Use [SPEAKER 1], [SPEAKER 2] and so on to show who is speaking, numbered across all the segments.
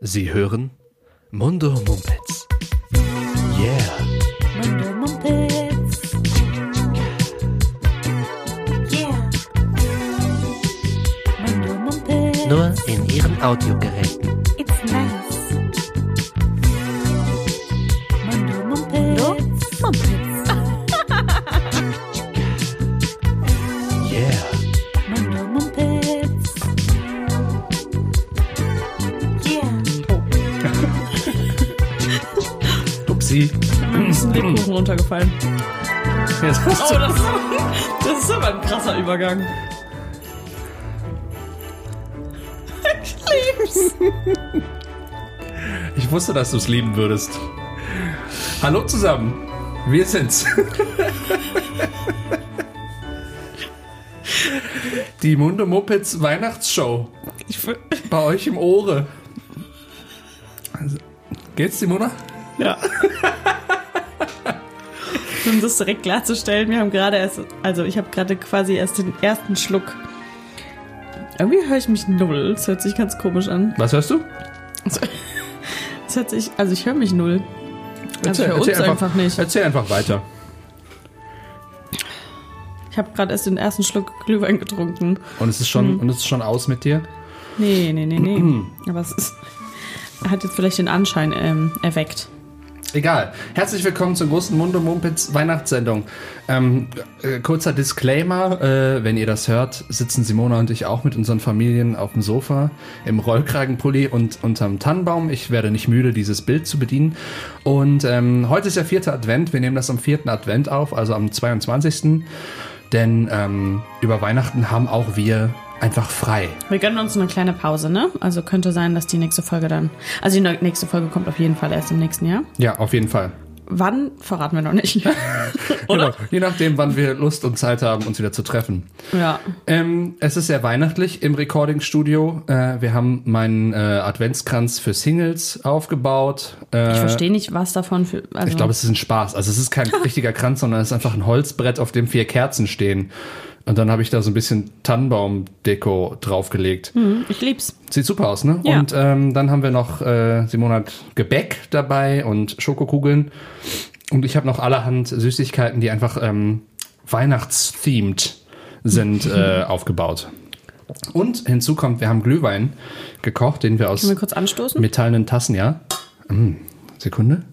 [SPEAKER 1] Sie hören Mundo Mumpitz. Yeah.
[SPEAKER 2] Mundo Mumpitz. Yeah. Mundo Mumpitz.
[SPEAKER 1] Nur in Ihren Audiogeräten.
[SPEAKER 2] It's nice. Mundo Mumpitz. Mumpitz.
[SPEAKER 1] Yeah.
[SPEAKER 2] Mundo Mumpitz. Yeah.
[SPEAKER 1] Upsi.
[SPEAKER 3] Ist ein Lebkuchen runtergefallen.
[SPEAKER 1] Jetzt hast
[SPEAKER 3] Oh,
[SPEAKER 1] du-
[SPEAKER 3] das, das ist aber ein krasser Übergang. Ich lieb's.
[SPEAKER 4] Ich wusste, dass du es lieben würdest. Hallo zusammen, wir sind's. Die Mundo Muppets Weihnachtsshow
[SPEAKER 3] Ich, wür-
[SPEAKER 4] bei euch im Ohre. Also, geht's, Simona?
[SPEAKER 3] ja. Um das direkt klarzustellen, wir haben gerade erst, also ich habe gerade quasi erst den ersten Schluck. Irgendwie höre ich mich null. Das hört sich ganz komisch an.
[SPEAKER 4] Was hörst du?
[SPEAKER 3] Das hört sich, also ich höre mich null. Also für uns
[SPEAKER 4] erzähl
[SPEAKER 3] einfach, nicht.
[SPEAKER 4] Erzähl einfach weiter.
[SPEAKER 3] Ich habe gerade erst den ersten Schluck Glühwein getrunken.
[SPEAKER 4] Und es ist
[SPEAKER 3] Hm.
[SPEAKER 4] schon, und es ist schon aus mit dir.
[SPEAKER 3] Nee, nee, nee, nee. Aber es ist, hat jetzt vielleicht den Anschein ähm, erweckt.
[SPEAKER 4] Egal. Herzlich willkommen zur großen Mundo Mumpitz Weihnachtssendung. Ähm, äh, kurzer Disclaimer, äh, wenn ihr das hört, sitzen Simona und ich auch mit unseren Familien auf dem Sofa, im Rollkragenpulli und unterm Tannenbaum. Ich werde nicht müde, dieses Bild zu bedienen. Und ähm, heute ist der vierte Advent. Wir nehmen das am vierten Advent auf, also am 22. Denn ähm, über Weihnachten haben auch wir einfach frei.
[SPEAKER 3] Wir gönnen uns eine kleine Pause, ne? Also könnte sein, dass die nächste Folge dann. Also die ne- nächste Folge kommt auf jeden Fall erst im nächsten Jahr.
[SPEAKER 4] Ja, auf jeden Fall.
[SPEAKER 3] Wann verraten wir noch nicht.
[SPEAKER 4] Oder? Genau. Je nachdem, wann wir Lust und Zeit haben, uns wieder zu treffen.
[SPEAKER 3] ja.
[SPEAKER 4] Ähm, es ist sehr weihnachtlich im Recording-Studio. Äh, wir haben meinen äh, Adventskranz für Singles aufgebaut. Äh,
[SPEAKER 3] Ich verstehe nicht, was davon für. Also,
[SPEAKER 4] Ich glaube, es ist ein Spaß. Also es ist kein richtiger Kranz, sondern es ist einfach ein Holzbrett, auf dem vier Kerzen stehen. Und dann habe ich da so ein bisschen Tannenbaumdeko draufgelegt.
[SPEAKER 3] Hm, ich lieb's.
[SPEAKER 4] Sieht super aus, ne?
[SPEAKER 3] Ja.
[SPEAKER 4] Und ähm, dann haben wir noch, äh, Simon hat Gebäck dabei und Schokokugeln. Und ich habe noch allerhand Süßigkeiten, die einfach ähm, weihnachtsthemed sind, äh, aufgebaut. Und hinzu kommt, wir haben Glühwein gekocht, den wir aus
[SPEAKER 3] Können wir kurz anstoßen?
[SPEAKER 4] metallenen Tassen, ja. Mm, Sekunde.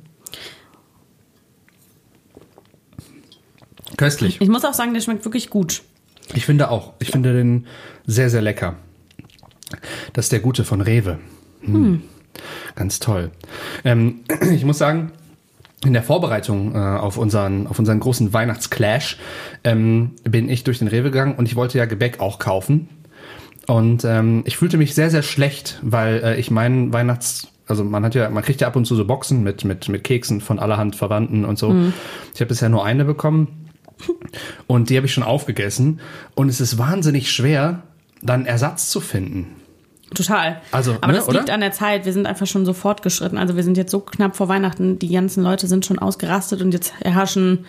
[SPEAKER 4] Köstlich.
[SPEAKER 3] Ich muss auch sagen, der schmeckt wirklich gut.
[SPEAKER 4] Ich finde auch. Ich finde den sehr, sehr lecker. Das ist der gute von Rewe. Hm. Ganz toll. Ähm, ich muss sagen, in der Vorbereitung äh, auf, unseren, auf unseren großen Weihnachtsclash ähm, bin ich durch den Rewe gegangen und ich wollte ja Gebäck auch kaufen. Und ähm, ich fühlte mich sehr, sehr schlecht, weil äh, ich meinen Weihnachts... Also man hat ja, man kriegt ja ab und zu so Boxen mit, mit, mit Keksen von allerhand Verwandten und so. Ich habe bisher nur eine bekommen und die habe ich schon aufgegessen. Und es ist wahnsinnig schwer, dann Ersatz zu finden.
[SPEAKER 3] Total.
[SPEAKER 4] Also,
[SPEAKER 3] Aber
[SPEAKER 4] ne,
[SPEAKER 3] das liegt
[SPEAKER 4] oder?
[SPEAKER 3] an der Zeit. Wir sind einfach schon so fortgeschritten. Also wir sind jetzt so knapp vor Weihnachten. Die ganzen Leute sind schon ausgerastet und jetzt herrschen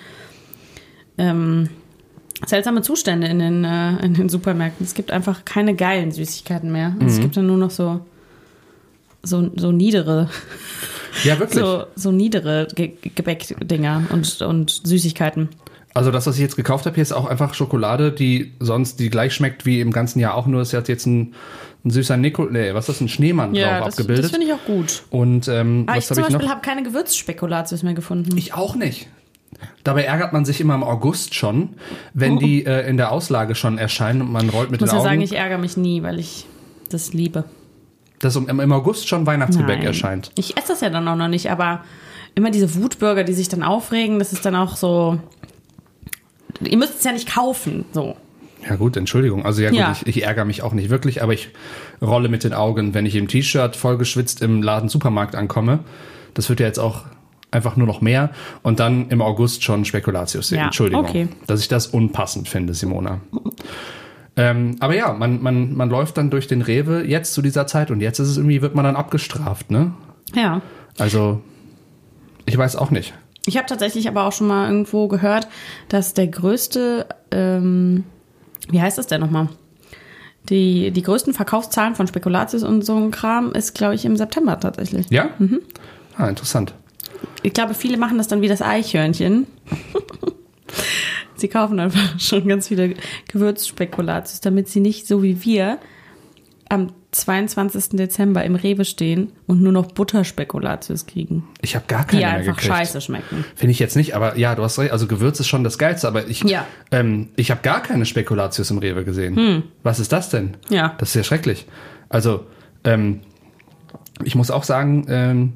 [SPEAKER 3] ähm, seltsame Zustände in den, äh, in den Supermärkten. Es gibt einfach keine geilen Süßigkeiten mehr. Also
[SPEAKER 4] Mhm.
[SPEAKER 3] Es gibt dann nur noch so, so, so niedere,
[SPEAKER 4] Ja, wirklich.
[SPEAKER 3] so, so niedere Ge Ge- Gebäckdinger und, und Süßigkeiten.
[SPEAKER 4] Also das, was ich jetzt gekauft habe, hier ist auch einfach Schokolade, die sonst die gleich schmeckt wie im ganzen Jahr auch nur. Es hat jetzt ein, ein süßer Nikol, nee, was ist das, ein Schneemann drauf
[SPEAKER 3] das,
[SPEAKER 4] abgebildet.
[SPEAKER 3] das finde ich auch gut.
[SPEAKER 4] und ähm,
[SPEAKER 3] Aber ich
[SPEAKER 4] was
[SPEAKER 3] zum
[SPEAKER 4] habe ich
[SPEAKER 3] Beispiel
[SPEAKER 4] noch?
[SPEAKER 3] habe keine Gewürzspekulatius mehr gefunden.
[SPEAKER 4] Ich auch nicht. Dabei ärgert man sich immer im August schon, wenn die äh, in der Auslage schon erscheinen und man rollt mit
[SPEAKER 3] Oh. Ich muss
[SPEAKER 4] den
[SPEAKER 3] ja
[SPEAKER 4] Augen,
[SPEAKER 3] sagen, ich ärgere mich nie, weil ich das liebe.
[SPEAKER 4] dass im, im August schon Weihnachtsgebäck
[SPEAKER 3] Nein.
[SPEAKER 4] erscheint.
[SPEAKER 3] Ich esse das ja dann auch noch nicht, aber immer diese Wutbürger, die sich dann aufregen, das ist dann auch so. Ihr müsst es ja nicht kaufen, so.
[SPEAKER 4] Ja gut, Entschuldigung. Also ja gut,
[SPEAKER 3] Ja.
[SPEAKER 4] Ich, ich ärgere mich auch nicht wirklich, aber ich rolle mit den Augen, wenn ich im T-Shirt vollgeschwitzt im Laden Supermarkt ankomme. Das wird ja jetzt auch einfach nur noch mehr. Und dann im August schon Spekulatius sehen.
[SPEAKER 3] Ja,
[SPEAKER 4] Entschuldigung,
[SPEAKER 3] okay.
[SPEAKER 4] dass ich das unpassend finde, Simona. ähm, aber ja, man, man, man läuft dann durch den Rewe jetzt zu dieser Zeit und jetzt ist es irgendwie, wird man dann abgestraft, ne?
[SPEAKER 3] Ja.
[SPEAKER 4] Also, ich weiß auch nicht.
[SPEAKER 3] Ich habe tatsächlich aber auch schon mal irgendwo gehört, dass der größte, ähm, wie heißt das denn nochmal? Die, die größten Verkaufszahlen von Spekulatius und so ein Kram ist, glaube ich, im September tatsächlich.
[SPEAKER 4] Ja?
[SPEAKER 3] Mhm.
[SPEAKER 4] Ah, interessant.
[SPEAKER 3] Ich glaube, viele machen das dann wie das Eichhörnchen. sie kaufen einfach schon ganz viele Gewürzspekulatius, damit sie nicht so wie wir am 22. Dezember im Rewe stehen und nur noch Butterspekulatius kriegen,
[SPEAKER 4] Ich habe gar
[SPEAKER 3] die
[SPEAKER 4] keine mehr
[SPEAKER 3] einfach
[SPEAKER 4] gekriegt.
[SPEAKER 3] scheiße schmecken.
[SPEAKER 4] Finde ich jetzt nicht, aber ja, du hast recht. Also Gewürz ist schon das Geilste, aber ich,
[SPEAKER 3] Ja. Hm.
[SPEAKER 4] ähm, ich habe gar keine Spekulatius im Rewe gesehen. Was ist das denn?
[SPEAKER 3] Ja.
[SPEAKER 4] Das ist ja schrecklich. Also, ähm, ich muss auch sagen, ähm,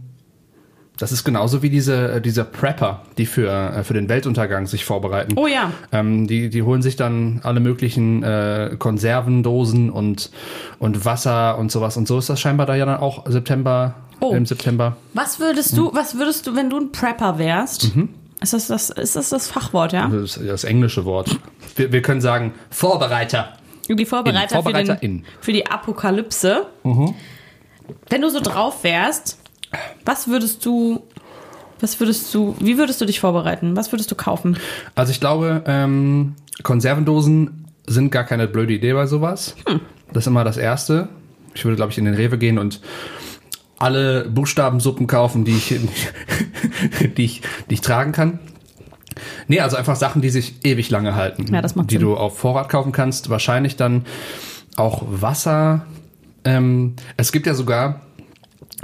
[SPEAKER 4] das ist genauso wie diese, äh, diese Prepper, die für, äh, für den Weltuntergang sich vorbereiten.
[SPEAKER 3] Oh ja.
[SPEAKER 4] Ähm, die, die holen sich dann alle möglichen äh, Konservendosen und, und Wasser und sowas. Und so ist das scheinbar da ja dann auch September,
[SPEAKER 3] Oh.
[SPEAKER 4] im September.
[SPEAKER 3] Was würdest
[SPEAKER 4] Hm.
[SPEAKER 3] du, was würdest du, wenn du ein Prepper wärst?
[SPEAKER 4] Mhm.
[SPEAKER 3] Ist, das das, ist das das Fachwort, ja?
[SPEAKER 4] Das, das englische Wort. Wir, wir können sagen Vorbereiter.
[SPEAKER 3] Die Vorbereiter,
[SPEAKER 4] In, Vorbereiter
[SPEAKER 3] für, den,
[SPEAKER 4] in. Mhm.
[SPEAKER 3] für die Apokalypse. Wenn du so drauf wärst, was würdest du, was würdest du, wie würdest du dich vorbereiten? Was würdest du kaufen?
[SPEAKER 4] Also ich glaube, ähm, Konservendosen sind gar keine blöde Idee bei sowas.
[SPEAKER 3] Hm.
[SPEAKER 4] Das ist immer das Erste. Ich würde, glaube ich, in den Rewe gehen und alle Buchstabensuppen kaufen, die ich, die ich, die ich tragen kann. Nee, also einfach Sachen, die sich ewig lange halten.
[SPEAKER 3] Ja, das macht
[SPEAKER 4] Die
[SPEAKER 3] Sinn.
[SPEAKER 4] du auf Vorrat kaufen kannst. Wahrscheinlich dann auch Wasser. Ähm, es gibt ja sogar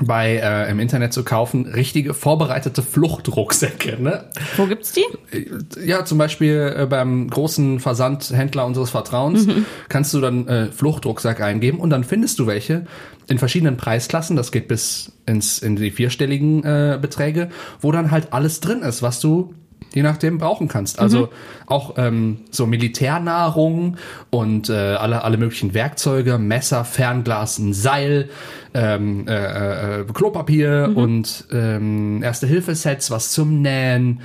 [SPEAKER 4] bei äh, im Internet zu kaufen richtige vorbereitete Fluchtrucksäcke. Ne?
[SPEAKER 3] Wo gibt's die?
[SPEAKER 4] ja, zum Beispiel äh, beim großen Versandhändler unseres Vertrauens kannst du dann äh, Fluchtrucksack eingeben und dann findest du welche in verschiedenen Preisklassen. Das geht bis ins, in die vierstelligen äh, Beträge, wo dann halt alles drin ist, was du je nachdem brauchen kannst. Also auch ähm, so Militärnahrung und äh, alle, alle möglichen Werkzeuge, Messer, Fernglas, ein Seil, ähm, äh, äh, Klopapier und ähm, Erste-Hilfe-Sets, was zum Nähen,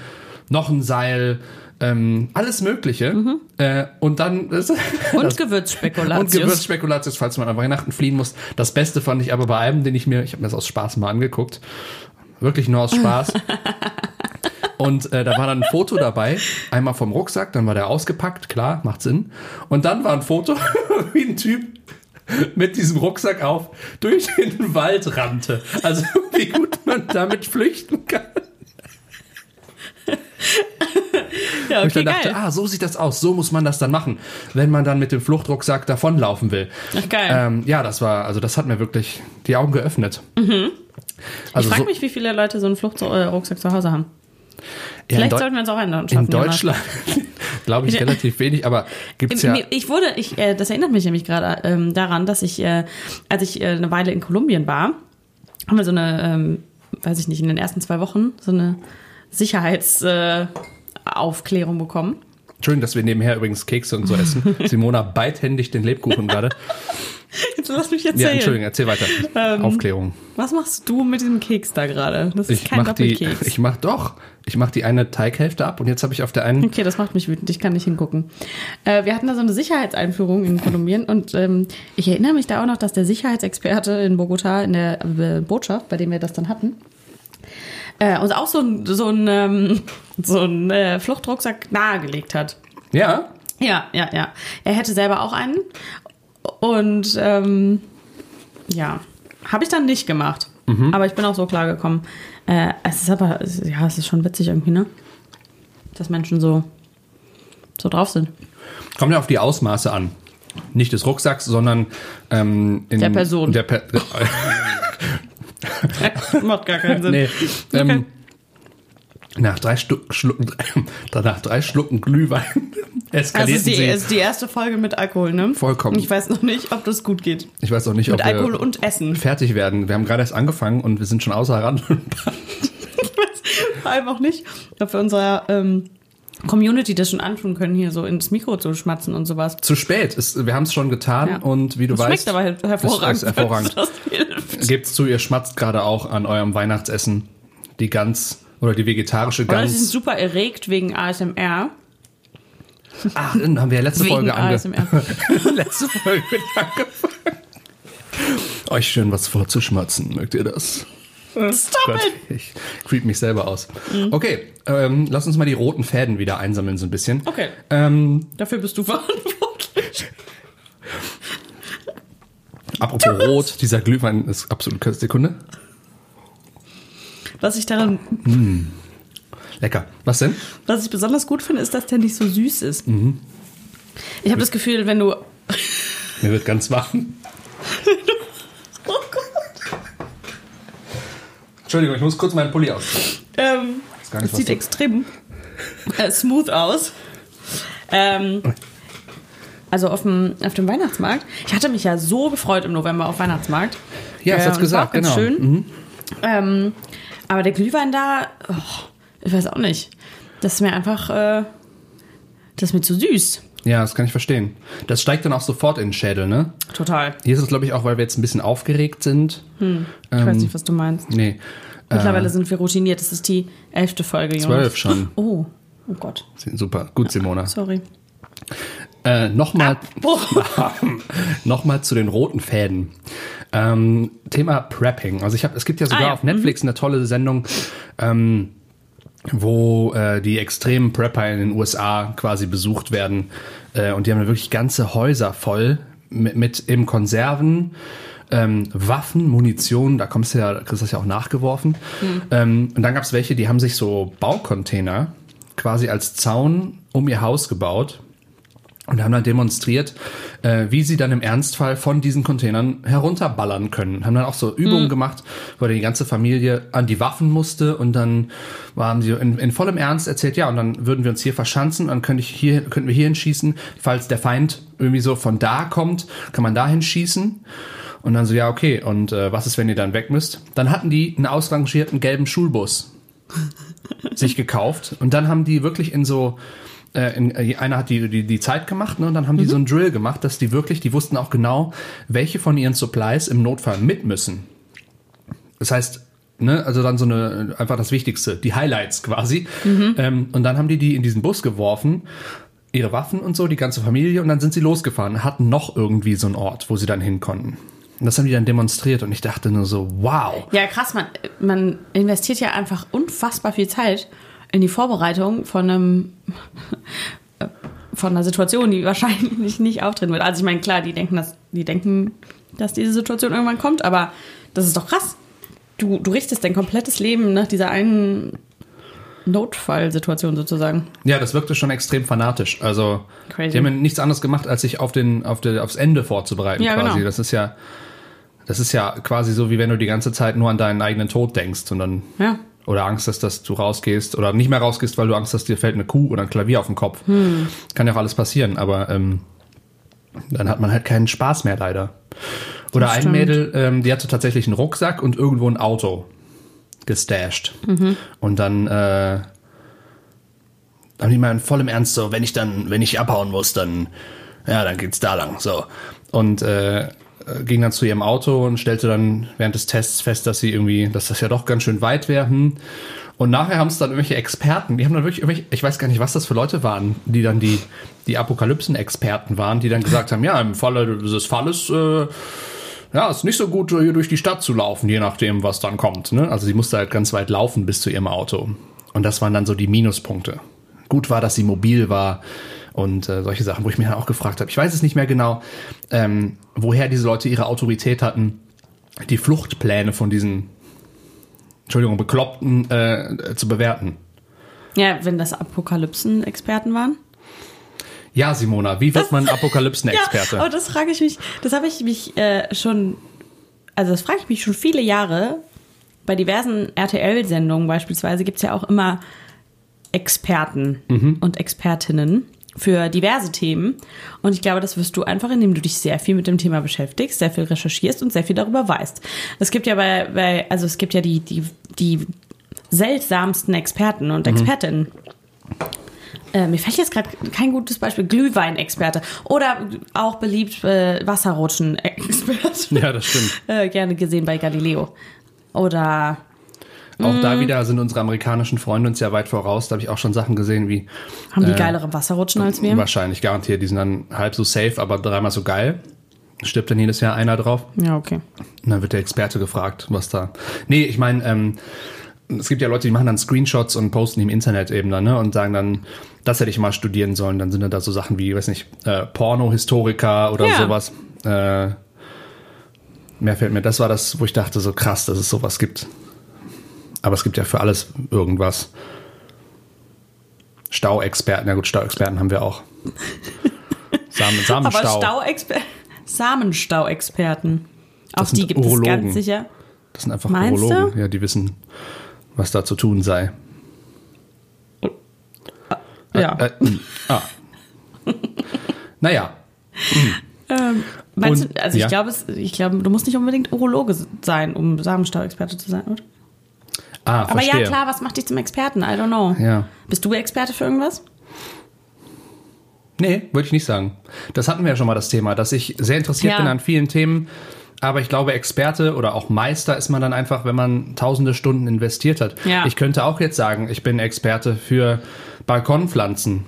[SPEAKER 4] noch ein Seil, ähm, alles Mögliche. Äh, und dann
[SPEAKER 3] Und Gewürzspekulatius.
[SPEAKER 4] und Gewürzspekulatius, falls man an Weihnachten fliehen muss. Das Beste fand ich aber bei einem, den ich mir, ich habe mir das aus Spaß mal angeguckt, wirklich nur aus Spaß. Und äh, da war dann ein Foto dabei, einmal vom Rucksack, dann war der ausgepackt, klar, macht Sinn. Und dann war ein Foto, wie ein Typ mit diesem Rucksack auf durch den Wald rannte. Also wie gut man damit flüchten kann.
[SPEAKER 3] ja,
[SPEAKER 4] Und ich
[SPEAKER 3] okay,
[SPEAKER 4] dann dachte,
[SPEAKER 3] geil.
[SPEAKER 4] ah, so sieht das aus, so muss man das dann machen, wenn man dann mit dem Fluchtrucksack davonlaufen will.
[SPEAKER 3] Ach, geil.
[SPEAKER 4] Ähm, ja, das war, also das hat mir wirklich die Augen geöffnet.
[SPEAKER 3] Mhm. ich
[SPEAKER 4] Also
[SPEAKER 3] frage
[SPEAKER 4] so
[SPEAKER 3] mich, wie viele Leute so einen Fluchtrucksack zu Hause haben.
[SPEAKER 4] ja, in,
[SPEAKER 3] Vielleicht
[SPEAKER 4] Deu
[SPEAKER 3] sollten wir uns auch einen schaffen.
[SPEAKER 4] in Deutschland glaube ich
[SPEAKER 3] In-
[SPEAKER 4] relativ wenig, aber gibt's
[SPEAKER 3] Im-
[SPEAKER 4] ja.
[SPEAKER 3] mir- Ich wurde, ich, äh, das erinnert mich nämlich gerade ähm, daran, dass ich, äh, als ich äh, eine Weile in Kolumbien war, haben wir so eine, ähm, weiß ich nicht, in den ersten zwei Wochen so eine Sicherheitsaufklärung äh, Aufklärung bekommen.
[SPEAKER 4] Schön, dass wir nebenher übrigens Kekse und so essen. Simona beidhändig den Lebkuchen gerade.
[SPEAKER 3] Jetzt lass mich
[SPEAKER 4] Ja,
[SPEAKER 3] erzählen.
[SPEAKER 4] Entschuldigung, erzähl weiter.
[SPEAKER 3] Ähm,
[SPEAKER 4] Aufklärung.
[SPEAKER 3] Was machst du mit diesem Keks da gerade? Das ist
[SPEAKER 4] Ich
[SPEAKER 3] kein
[SPEAKER 4] mach die,
[SPEAKER 3] Doppelkeks.
[SPEAKER 4] ich mach doch, ich mach die eine Teighälfte ab und jetzt habe ich auf der einen
[SPEAKER 3] Okay, das macht mich wütend. Ich kann nicht hingucken. Äh, wir hatten da so eine Sicherheitseinführung in Kolumbien und ähm, ich erinnere mich da auch noch, dass der Sicherheitsexperte in Bogotá in der äh, Botschaft, bei dem wir das dann hatten, äh, uns auch so ein, so ein, ähm, so ein äh, Fluchtrucksack nahegelegt hat.
[SPEAKER 4] ja,
[SPEAKER 3] Ja, ja, ja. Er hätte selber auch einen und ähm, ja, habe ich dann nicht gemacht.
[SPEAKER 4] Mhm.
[SPEAKER 3] Aber ich bin auch so klar gekommen. Äh, es ist aber, es, ja, es ist schon witzig irgendwie, ne? Dass Menschen so, so drauf sind.
[SPEAKER 4] Kommt ja auf die Ausmaße an. Nicht des Rucksacks, sondern ähm, in
[SPEAKER 3] Der Person.
[SPEAKER 4] Der per
[SPEAKER 3] Macht gar keinen Sinn.
[SPEAKER 4] nee, ähm, nach, drei Stu Schlucken, nach drei Schlucken Glühwein
[SPEAKER 3] Also
[SPEAKER 4] eskalierten
[SPEAKER 3] es ist, die,
[SPEAKER 4] sie.
[SPEAKER 3] es ist die erste Folge mit Alkohol, ne?
[SPEAKER 4] Vollkommen.
[SPEAKER 3] Ich weiß noch nicht, ob das gut geht.
[SPEAKER 4] ich weiß auch nicht,
[SPEAKER 3] Mit
[SPEAKER 4] ob
[SPEAKER 3] Alkohol
[SPEAKER 4] wir
[SPEAKER 3] und Essen.
[SPEAKER 4] fertig werden. Wir haben gerade erst angefangen und wir sind schon außer Rand.
[SPEAKER 3] Vor allem auch nicht, ob wir unserer ähm, Community das schon antun können, hier so ins Mikro zu schmatzen und sowas.
[SPEAKER 4] Zu spät. Es, wir haben es schon getan
[SPEAKER 3] Ja.
[SPEAKER 4] und wie du
[SPEAKER 3] das
[SPEAKER 4] weißt,
[SPEAKER 3] schmeckt aber her- hervorragend.
[SPEAKER 4] Es ist hervorragend.
[SPEAKER 3] Das hilft.
[SPEAKER 4] gebt's zu, ihr schmatzt gerade auch an eurem Weihnachtsessen die Gans oder die vegetarische
[SPEAKER 3] Oder sie sind
[SPEAKER 4] Gans.
[SPEAKER 3] super erregt wegen ASMR.
[SPEAKER 4] Ach, Ah, haben wir ja letzte
[SPEAKER 3] Wegen
[SPEAKER 4] Folge ange
[SPEAKER 3] ASMR.
[SPEAKER 4] letzte Folge mit angefangen. Euch schön was vorzuschmatzen, mögt ihr das?
[SPEAKER 3] Stop
[SPEAKER 4] Gott,
[SPEAKER 3] it!
[SPEAKER 4] ich creep mich selber aus.
[SPEAKER 3] Mhm.
[SPEAKER 4] Okay, ähm, lass uns mal die roten Fäden wieder einsammeln so ein bisschen.
[SPEAKER 3] Okay,
[SPEAKER 4] Ähm,
[SPEAKER 3] dafür bist du verantwortlich.
[SPEAKER 4] Apropos rot, dieser Glühwein ist absolut köstlich. Sekunde.
[SPEAKER 3] Was ich daran,
[SPEAKER 4] Lecker. Was denn?
[SPEAKER 3] was ich besonders gut finde, ist, dass der nicht so süß ist.
[SPEAKER 4] Mhm.
[SPEAKER 3] Ich habe das Gefühl, wenn du. Oh
[SPEAKER 4] Mir wird ganz wach.
[SPEAKER 3] Gott.
[SPEAKER 4] Entschuldigung, ich muss kurz meinen Pulli ausziehen.
[SPEAKER 3] Ähm,
[SPEAKER 4] gar nicht,
[SPEAKER 3] das
[SPEAKER 4] was
[SPEAKER 3] sieht
[SPEAKER 4] du-
[SPEAKER 3] extrem äh, smooth aus. Ähm, also auf dem, auf dem Weihnachtsmarkt. Ich hatte mich ja so gefreut im November auf Weihnachtsmarkt.
[SPEAKER 4] Ja, das
[SPEAKER 3] Äh,
[SPEAKER 4] hat's
[SPEAKER 3] und es
[SPEAKER 4] gesagt,
[SPEAKER 3] war auch ganz
[SPEAKER 4] genau.
[SPEAKER 3] schön. Ähm, aber der Glühwein da, oh, ich weiß auch nicht. Das ist mir einfach, äh, das ist mir zu süß.
[SPEAKER 4] Ja, das kann ich verstehen. Das steigt dann auch sofort in den Schädel, ne?
[SPEAKER 3] Total.
[SPEAKER 4] Hier ist es, glaube ich, auch, weil wir jetzt ein bisschen aufgeregt sind.
[SPEAKER 3] Hm.
[SPEAKER 4] Ähm,
[SPEAKER 3] Ich weiß nicht, was du meinst.
[SPEAKER 4] Nee,
[SPEAKER 3] Mittlerweile sind wir routiniert. Das ist die elfte Folge, Jonas.
[SPEAKER 4] äh, zwölf schon.
[SPEAKER 3] Oh, oh Gott.
[SPEAKER 4] Super, gut, Simona.
[SPEAKER 3] Sorry.
[SPEAKER 4] Äh, Nochmal
[SPEAKER 3] Boah.
[SPEAKER 4] noch mal zu den roten Fäden. Ähm, Thema Prepping. Also ich habe, es gibt ja sogar
[SPEAKER 3] Ah, ja.
[SPEAKER 4] auf Netflix eine tolle Sendung, ähm, wo äh, die extremen Prepper in den USA quasi besucht werden. Äh, und die haben wirklich ganze Häuser voll mit, mit eben Konserven, ähm, Waffen, Munition, da kommst du ja, kriegst du das ja auch nachgeworfen.
[SPEAKER 3] Mhm.
[SPEAKER 4] Ähm, und dann gab es welche, die haben sich so Baucontainer quasi als Zaun um ihr Haus gebaut und haben dann demonstriert, äh, wie sie dann im Ernstfall von diesen Containern herunterballern können. Haben dann auch so Übungen gemacht, wo die ganze Familie an die Waffen musste und dann haben sie in, in vollem Ernst erzählt, ja, und dann würden wir uns hier verschanzen, dann könnte ich hier, könnten wir hier hinschießen. Falls der Feind irgendwie so von da kommt, kann man da hinschießen. Und dann so, ja, okay, und äh, was ist, wenn ihr dann weg müsst? Dann hatten die einen ausrangierten gelben Schulbus sich gekauft und dann haben die wirklich in so äh, in, äh, einer hat die, die die Zeit gemacht ne, und dann haben die so einen Drill gemacht, dass die wirklich, die wussten auch genau, welche von ihren Supplies im Notfall mit müssen. Das heißt, ne, also dann so eine einfach das Wichtigste, die Highlights quasi. Ähm, und dann haben die die in diesen Bus geworfen, ihre Waffen und so, die ganze Familie und dann sind sie losgefahren, hatten noch irgendwie so einen Ort, wo sie dann hin konnten. Und das haben die dann demonstriert und ich dachte nur so, wow.
[SPEAKER 3] Ja, krass, man, man investiert ja einfach unfassbar viel Zeit in die Vorbereitung von einem von einer Situation, die wahrscheinlich nicht auftreten wird. Also ich meine, klar, die denken, dass die denken, dass diese Situation irgendwann kommt, aber das ist doch krass. Du, du richtest dein komplettes Leben nach dieser einen Notfallsituation sozusagen.
[SPEAKER 4] Ja, das wirkte schon extrem fanatisch. Also
[SPEAKER 3] Crazy.
[SPEAKER 4] die haben ja nichts anderes gemacht, als sich auf den, auf den, aufs Ende vorzubereiten
[SPEAKER 3] Ja,
[SPEAKER 4] quasi.
[SPEAKER 3] genau.
[SPEAKER 4] Das ist ja, das ist ja quasi so, wie wenn du die ganze Zeit nur an deinen eigenen Tod denkst und dann
[SPEAKER 3] Ja.
[SPEAKER 4] oder Angst hast, dass du rausgehst oder nicht mehr rausgehst, weil du Angst hast, dir fällt eine Kuh oder ein Klavier auf den Kopf.
[SPEAKER 3] Hm.
[SPEAKER 4] Kann ja auch alles passieren, aber ähm, dann hat man halt keinen Spaß mehr leider. Oder ein
[SPEAKER 3] stimmt.
[SPEAKER 4] Mädel, ähm, die hatte tatsächlich einen Rucksack und irgendwo ein Auto gestasht.
[SPEAKER 3] Mhm.
[SPEAKER 4] Und dann äh, haben die mal in vollem Ernst so, wenn ich dann, wenn ich abhauen muss, dann, ja, dann geht's da lang, so. Und äh, äh, ging dann zu ihrem Auto und stellte dann während des Tests fest, dass sie irgendwie, dass das ja doch ganz schön weit wäre. Hm. Und nachher haben es dann irgendwelche Experten, die haben dann wirklich, irgendwelche- ich weiß gar nicht, was das für Leute waren, die dann die, die Apokalypsen-Experten waren, die dann gesagt haben, ja, im Falle des Falles, äh, ja, ist nicht so gut, hier durch die Stadt zu laufen, je nachdem, was dann kommt. Ne? Also sie musste halt ganz weit laufen bis zu ihrem Auto. Und das waren dann so die Minuspunkte. Gut war, dass sie mobil war und äh, solche Sachen, wo ich mir dann auch gefragt habe. Ich weiß es nicht mehr genau, ähm, woher diese Leute ihre Autorität hatten, die Fluchtpläne von diesen, Entschuldigung, Bekloppten äh, zu bewerten.
[SPEAKER 3] Ja, wenn das Apokalypsen-Experten waren.
[SPEAKER 4] Ja, Simona, wie wird man Apokalypsen-Experte?
[SPEAKER 3] Ja, oh, das frage ich mich. Das habe ich mich äh, schon, also das frage ich mich schon viele Jahre. Bei diversen RTL-Sendungen beispielsweise gibt es ja auch immer Experten
[SPEAKER 4] Mhm.
[SPEAKER 3] und Expertinnen für diverse Themen. Und ich glaube, das wirst du einfach, indem du dich sehr viel mit dem Thema beschäftigst, sehr viel recherchierst und sehr viel darüber weißt. Es gibt ja bei, bei also es gibt ja die, die, die seltsamsten Experten
[SPEAKER 4] Mhm.
[SPEAKER 3] und Expertinnen. Äh, mir fällt jetzt gerade kein gutes Beispiel. Glühweinexperte oder auch beliebt äh, Wasserrutschen-Experte.
[SPEAKER 4] ja, das stimmt.
[SPEAKER 3] Äh, gerne gesehen bei Galileo. Oder
[SPEAKER 4] Auch da wieder sind unsere amerikanischen Freunde uns ja weit voraus. Da habe ich auch schon Sachen gesehen wie
[SPEAKER 3] haben die
[SPEAKER 4] Äh,
[SPEAKER 3] geilere Wasserrutschen als wir?
[SPEAKER 4] Wahrscheinlich, garantiert. Die sind dann halb so safe, aber dreimal so geil. Stirbt dann jedes Jahr einer drauf.
[SPEAKER 3] Ja, okay.
[SPEAKER 4] Und dann wird der Experte gefragt, was da. Nee, ich meine, ähm, es gibt ja Leute, die machen dann Screenshots und posten die im Internet eben dann, ne? Und sagen dann, das hätte ich mal studieren sollen. Dann sind dann da so Sachen wie, weiß nicht, äh, Porno-Historiker oder
[SPEAKER 3] Ja.
[SPEAKER 4] sowas. Äh, Mehr fällt mir. Das war das, wo ich dachte, so krass, dass es sowas gibt. Aber es gibt ja für alles irgendwas. Stauexperten, ja gut, Stauexperten haben wir auch. Samen,
[SPEAKER 3] Aber
[SPEAKER 4] Samenstau.
[SPEAKER 3] Stauexper Samenstauexperten. Auch
[SPEAKER 4] Das sind
[SPEAKER 3] die gibt es
[SPEAKER 4] Urologen.
[SPEAKER 3] ganz sicher.
[SPEAKER 4] das sind einfach
[SPEAKER 3] Meinst du?
[SPEAKER 4] Urologen, ja, die wissen, was da zu tun sei.
[SPEAKER 3] Ja.
[SPEAKER 4] Äh, äh, ah. naja,
[SPEAKER 3] Ähm, Meinst
[SPEAKER 4] und-
[SPEAKER 3] du, also ich,
[SPEAKER 4] ja.
[SPEAKER 3] glaube, es- ich glaube, du musst nicht unbedingt Urologe sein, um Samenstauexperte zu sein, oder?
[SPEAKER 4] ah,
[SPEAKER 3] Aber
[SPEAKER 4] verstehe.
[SPEAKER 3] ja, klar, was macht dich zum Experten? I don't know.
[SPEAKER 4] Ja.
[SPEAKER 3] Bist du Experte für irgendwas?
[SPEAKER 4] Nee, würde ich nicht sagen. Das hatten wir ja schon mal das Thema, dass ich sehr interessiert
[SPEAKER 3] Ja.
[SPEAKER 4] bin an vielen Themen. Aber ich glaube, Experte oder auch Meister ist man dann einfach, wenn man tausende Stunden investiert hat.
[SPEAKER 3] Ja.
[SPEAKER 4] Ich könnte auch jetzt sagen, ich bin Experte für Balkonpflanzen.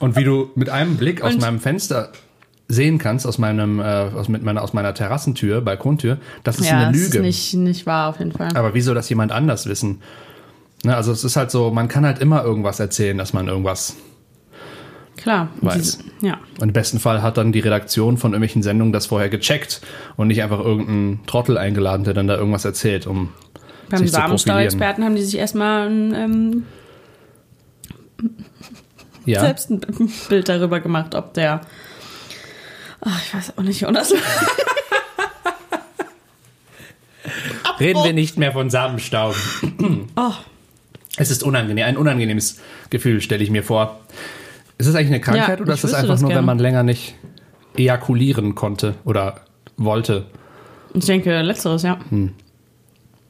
[SPEAKER 4] Und wie du mit einem Blick aus
[SPEAKER 3] Und-
[SPEAKER 4] meinem Fenster sehen kannst, aus meinem, äh, aus, mit meiner, aus meiner Terrassentür, Balkontür, das ist eine Lüge.
[SPEAKER 3] ist nicht, nicht wahr auf jeden Fall.
[SPEAKER 4] Aber wie soll das jemand anders wissen? Ne, also es ist halt so, man kann halt immer irgendwas erzählen, dass man irgendwas
[SPEAKER 3] Klar.
[SPEAKER 4] Weiß.
[SPEAKER 3] Diese- ja.
[SPEAKER 4] Und im besten Fall hat dann die Redaktion von irgendwelchen Sendungen das vorher gecheckt und nicht einfach irgendeinen Trottel eingeladen, der dann da irgendwas erzählt, um
[SPEAKER 3] Beim
[SPEAKER 4] sich zu profilieren.
[SPEAKER 3] Samenstauexperten haben die sich erstmal ein, ähm,
[SPEAKER 4] Ja,
[SPEAKER 3] selbst ein Bild darüber gemacht, ob der. Ach, ich weiß auch nicht, Jonas.
[SPEAKER 4] reden wir nicht mehr von Samenstaub.
[SPEAKER 3] Oh,
[SPEAKER 4] Es ist unangenehm, ein unangenehmes Gefühl stelle ich mir vor. Ist das eigentlich eine Krankheit
[SPEAKER 3] Ja,
[SPEAKER 4] oder ist
[SPEAKER 3] ich
[SPEAKER 4] das
[SPEAKER 3] wüsste
[SPEAKER 4] einfach
[SPEAKER 3] das
[SPEAKER 4] nur, wenn
[SPEAKER 3] gerne.
[SPEAKER 4] man länger nicht ejakulieren konnte oder wollte?
[SPEAKER 3] ich denke, letzteres, ja.
[SPEAKER 4] Hm.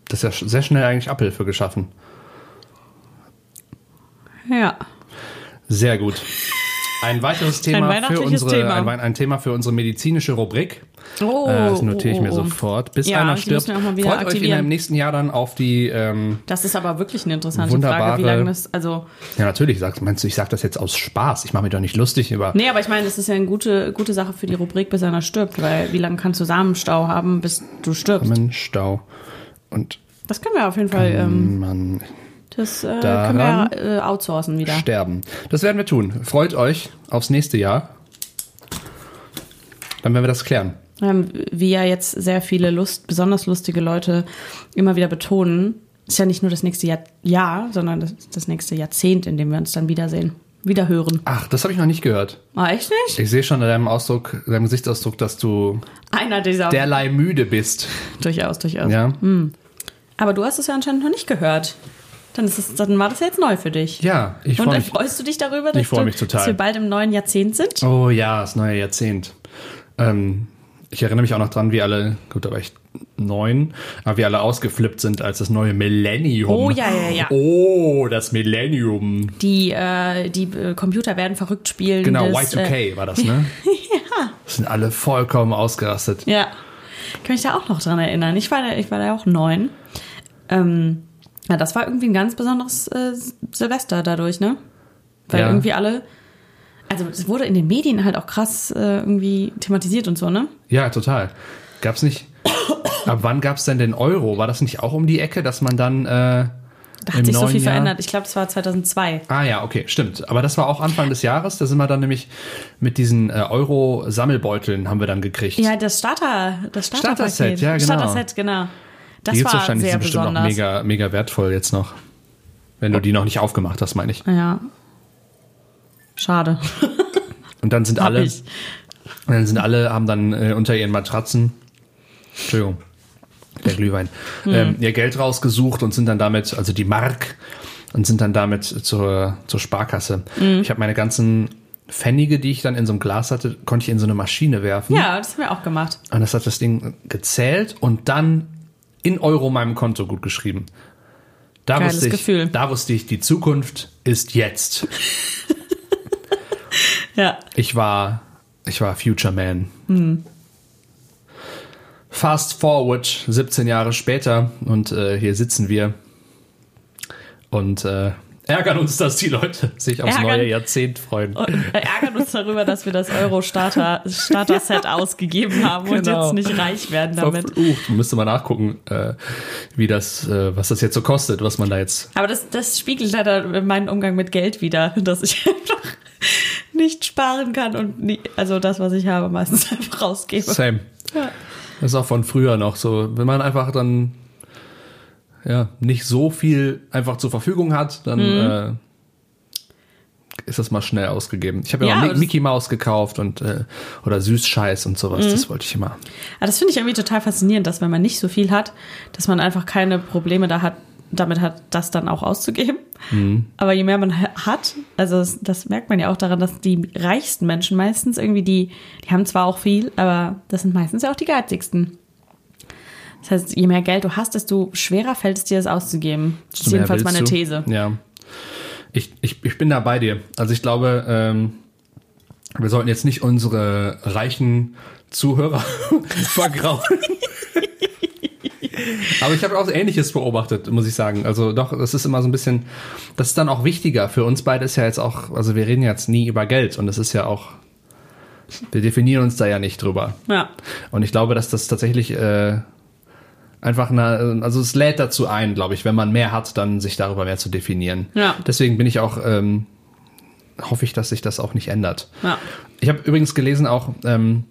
[SPEAKER 4] Das ist ja sch- sehr schnell eigentlich Abhilfe geschaffen.
[SPEAKER 3] Ja.
[SPEAKER 4] Sehr gut. Ein weiteres Thema für
[SPEAKER 3] weihnachtliches
[SPEAKER 4] unsere
[SPEAKER 3] Thema.
[SPEAKER 4] Ein, Wei- ein Thema für unsere medizinische Rubrik.
[SPEAKER 3] Oh,
[SPEAKER 4] Äh, das notiere ich mir
[SPEAKER 3] oh, oh.
[SPEAKER 4] sofort. Bis
[SPEAKER 3] Ja,
[SPEAKER 4] einer
[SPEAKER 3] die
[SPEAKER 4] stirbt.
[SPEAKER 3] müssen wir auch mal wieder
[SPEAKER 4] Freut euch in
[SPEAKER 3] aktivieren.
[SPEAKER 4] einem nächsten Jahr dann auf die. Ähm,
[SPEAKER 3] Das ist aber wirklich eine interessante
[SPEAKER 4] Wunderbare-
[SPEAKER 3] Frage, wie lange das. Also,
[SPEAKER 4] ja, natürlich, sagst, meinst du, ich sage das jetzt aus Spaß. Ich mache mich doch nicht lustig über.
[SPEAKER 3] nee, aber ich meine, das ist ja eine gute, gute Sache für die Rubrik, bis einer stirbt, weil wie lange kannst du Samenstau haben, bis du stirbst?
[SPEAKER 4] Mann, Stau. Und
[SPEAKER 3] Das können wir auf jeden Fall. Ähm,
[SPEAKER 4] Mann,
[SPEAKER 3] das äh, können
[SPEAKER 4] daran-
[SPEAKER 3] wir äh, outsourcen wieder.
[SPEAKER 4] sterben. Das werden wir tun. Freut euch aufs nächste Jahr. Dann werden wir das klären.
[SPEAKER 3] ähm, wie ja jetzt sehr viele Lust, besonders lustige Leute immer wieder betonen, ist ja nicht nur das nächste Jahr, Jahr sondern das, das nächste Jahrzehnt, in dem wir uns dann wiedersehen, wiederhören.
[SPEAKER 4] Ach, das habe ich noch nicht gehört.
[SPEAKER 3] Ah, echt nicht?
[SPEAKER 4] Ich sehe schon an deinem Ausdruck, deinem Gesichtsausdruck, dass du
[SPEAKER 3] Einer dieser.
[SPEAKER 4] derlei müde bist.
[SPEAKER 3] durchaus, durchaus.
[SPEAKER 4] Ja.
[SPEAKER 3] Aber du hast es ja anscheinend noch nicht gehört. Dann, ist es, dann war das ja jetzt neu für dich.
[SPEAKER 4] Ja, ich
[SPEAKER 3] Und
[SPEAKER 4] freue
[SPEAKER 3] dann
[SPEAKER 4] mich.
[SPEAKER 3] freust du dich darüber, dass,
[SPEAKER 4] Ich freu
[SPEAKER 3] du,
[SPEAKER 4] mich total.
[SPEAKER 3] dass wir bald im neuen Jahrzehnt sind?
[SPEAKER 4] Oh ja, das neue Jahrzehnt. Ähm, ich erinnere mich auch noch dran, wie alle, gut, da war ich neun, aber wie alle ausgeflippt sind, als das neue Millennium.
[SPEAKER 3] Oh, ja, ja, ja.
[SPEAKER 4] Oh, das Millennium.
[SPEAKER 3] Die, äh, die äh, Computer werden verrückt spielen.
[SPEAKER 4] Genau,
[SPEAKER 3] das,
[SPEAKER 4] Y2K
[SPEAKER 3] Äh,
[SPEAKER 4] war das, ne? ja. Sind alle vollkommen ausgerastet.
[SPEAKER 3] ja. Kann mich da auch noch dran erinnern. Ich war da, ich war da auch neun. Ähm, ja, das war irgendwie ein ganz besonderes äh, Silvester dadurch, ne? Weil
[SPEAKER 4] Ja.
[SPEAKER 3] irgendwie alle. Also es wurde in den Medien halt auch krass äh, irgendwie thematisiert und so, ne?
[SPEAKER 4] Ja, total. Gab's nicht. Ab wann gab's denn den Euro? War das nicht auch um die Ecke, dass man dann. Äh,
[SPEAKER 3] Da
[SPEAKER 4] Im
[SPEAKER 3] hat sich so
[SPEAKER 4] neuen
[SPEAKER 3] viel
[SPEAKER 4] Jahr?
[SPEAKER 3] verändert. Ich glaube, es war 2002.
[SPEAKER 4] Ah ja, okay, stimmt. Aber das war auch Anfang des Jahres. Da sind wir dann nämlich mit diesen äh, Euro-Sammelbeuteln haben wir dann gekriegt.
[SPEAKER 3] Ja, das Starter, das Starter
[SPEAKER 4] Starter-Set, ja, genau.
[SPEAKER 3] Starter-Set, genau. Das
[SPEAKER 4] die gibt's
[SPEAKER 3] war
[SPEAKER 4] wahrscheinlich, die
[SPEAKER 3] sehr
[SPEAKER 4] sind bestimmt
[SPEAKER 3] besonders.
[SPEAKER 4] noch mega, mega wertvoll jetzt noch. Wenn du die noch nicht aufgemacht hast, meine ich.
[SPEAKER 3] Ja. Schade.
[SPEAKER 4] Mhm. Und dann sind alle,
[SPEAKER 3] ich.
[SPEAKER 4] dann sind alle, haben dann äh, unter ihren Matratzen, Entschuldigung, der Glühwein,
[SPEAKER 3] Hm.
[SPEAKER 4] ähm, ihr Geld rausgesucht und sind dann damit, also die Mark, und sind dann damit zur, zur Sparkasse.
[SPEAKER 3] Hm.
[SPEAKER 4] Ich habe meine ganzen Pfennige, die ich dann in so einem Glas hatte, konnte ich in so eine Maschine werfen.
[SPEAKER 3] Ja, das haben wir auch gemacht.
[SPEAKER 4] Und das hat das Ding gezählt und dann in Euro meinem Konto gut geschrieben. Da
[SPEAKER 3] Geiles
[SPEAKER 4] wusste ich,
[SPEAKER 3] Gefühl.
[SPEAKER 4] Da wusste ich, die Zukunft ist jetzt.
[SPEAKER 3] Ja.
[SPEAKER 4] Ich war, ich war Future Man.
[SPEAKER 3] Hm.
[SPEAKER 4] Fast forward, 17 Jahre später und äh, hier sitzen wir und äh, ärgern uns, dass die Leute sich aufs
[SPEAKER 3] Ärgern. Oh,
[SPEAKER 4] neue Jahrzehnt freuen.
[SPEAKER 3] Und wir ärgern uns darüber, dass wir das Euro-Starter-Set ausgegeben haben und
[SPEAKER 4] Genau.
[SPEAKER 3] jetzt nicht reich werden damit.
[SPEAKER 4] Verflucht. Müsste mal nachgucken, äh, wie das, äh, was das jetzt so kostet, was man da jetzt
[SPEAKER 3] Aber das, das spiegelt leider meinen Umgang mit Geld wieder, dass ich einfach nicht sparen kann und nie, also das, was ich habe, meistens einfach rausgebe.
[SPEAKER 4] Same. Das ist auch von früher noch so. Wenn man einfach dann ja, nicht so viel einfach zur Verfügung hat, dann äh, ist das mal schnell ausgegeben. Ich habe ja,
[SPEAKER 3] Ja,
[SPEAKER 4] noch Mi-
[SPEAKER 3] das-
[SPEAKER 4] Mickey Mouse gekauft und äh, oder Süßscheiß und sowas. Das wollte ich immer.
[SPEAKER 3] Aber Ah, das finde ich irgendwie total faszinierend, dass wenn man nicht so viel hat, dass man einfach keine Probleme da hat, damit hat, das dann auch auszugeben.
[SPEAKER 4] Mhm.
[SPEAKER 3] Aber je mehr man ha- hat, also das, das merkt man ja auch daran, dass die reichsten Menschen meistens irgendwie die, die haben zwar auch viel, aber das sind meistens ja auch die geizigsten. Das heißt, je mehr Geld du hast, desto schwerer fällt es dir, es auszugeben. Das ist
[SPEAKER 4] Mehr
[SPEAKER 3] jedenfalls
[SPEAKER 4] willst
[SPEAKER 3] meine
[SPEAKER 4] du?
[SPEAKER 3] These.
[SPEAKER 4] Ja. Ich, ich, ich bin da bei dir. Also ich glaube, ähm, wir sollten jetzt nicht unsere reichen Zuhörer vergraulen. Aber ich habe auch Ähnliches beobachtet, muss ich sagen. Also doch, das ist immer so ein bisschen, das ist dann auch wichtiger. Für uns beide ist ja jetzt auch, also wir reden jetzt nie über Geld und das ist ja auch, wir definieren uns da ja nicht drüber.
[SPEAKER 3] Ja.
[SPEAKER 4] Und ich glaube, dass das tatsächlich äh, einfach eine, also es lädt dazu ein, glaube ich, wenn man mehr hat, dann sich darüber mehr zu definieren.
[SPEAKER 3] Ja.
[SPEAKER 4] Deswegen bin ich auch, ähm, hoffe ich, dass sich das auch nicht ändert.
[SPEAKER 3] Ja.
[SPEAKER 4] Ich habe übrigens gelesen auch, ähm,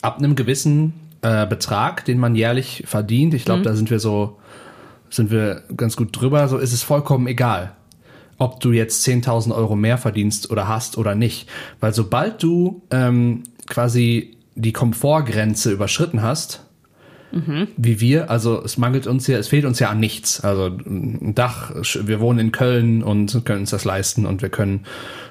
[SPEAKER 4] ab einem gewissen äh, Betrag, den man jährlich verdient, ich glaube,
[SPEAKER 3] Mhm.
[SPEAKER 4] da sind wir so, sind wir ganz gut drüber, so ist es vollkommen egal, ob du jetzt 10.000 Euro mehr verdienst oder hast oder nicht. Weil sobald du ähm, quasi die Komfortgrenze überschritten hast,
[SPEAKER 3] Mhm.
[SPEAKER 4] wie wir, also es mangelt uns ja, es fehlt uns ja an nichts. Also ein Dach, wir wohnen in Köln und können uns das leisten und wir können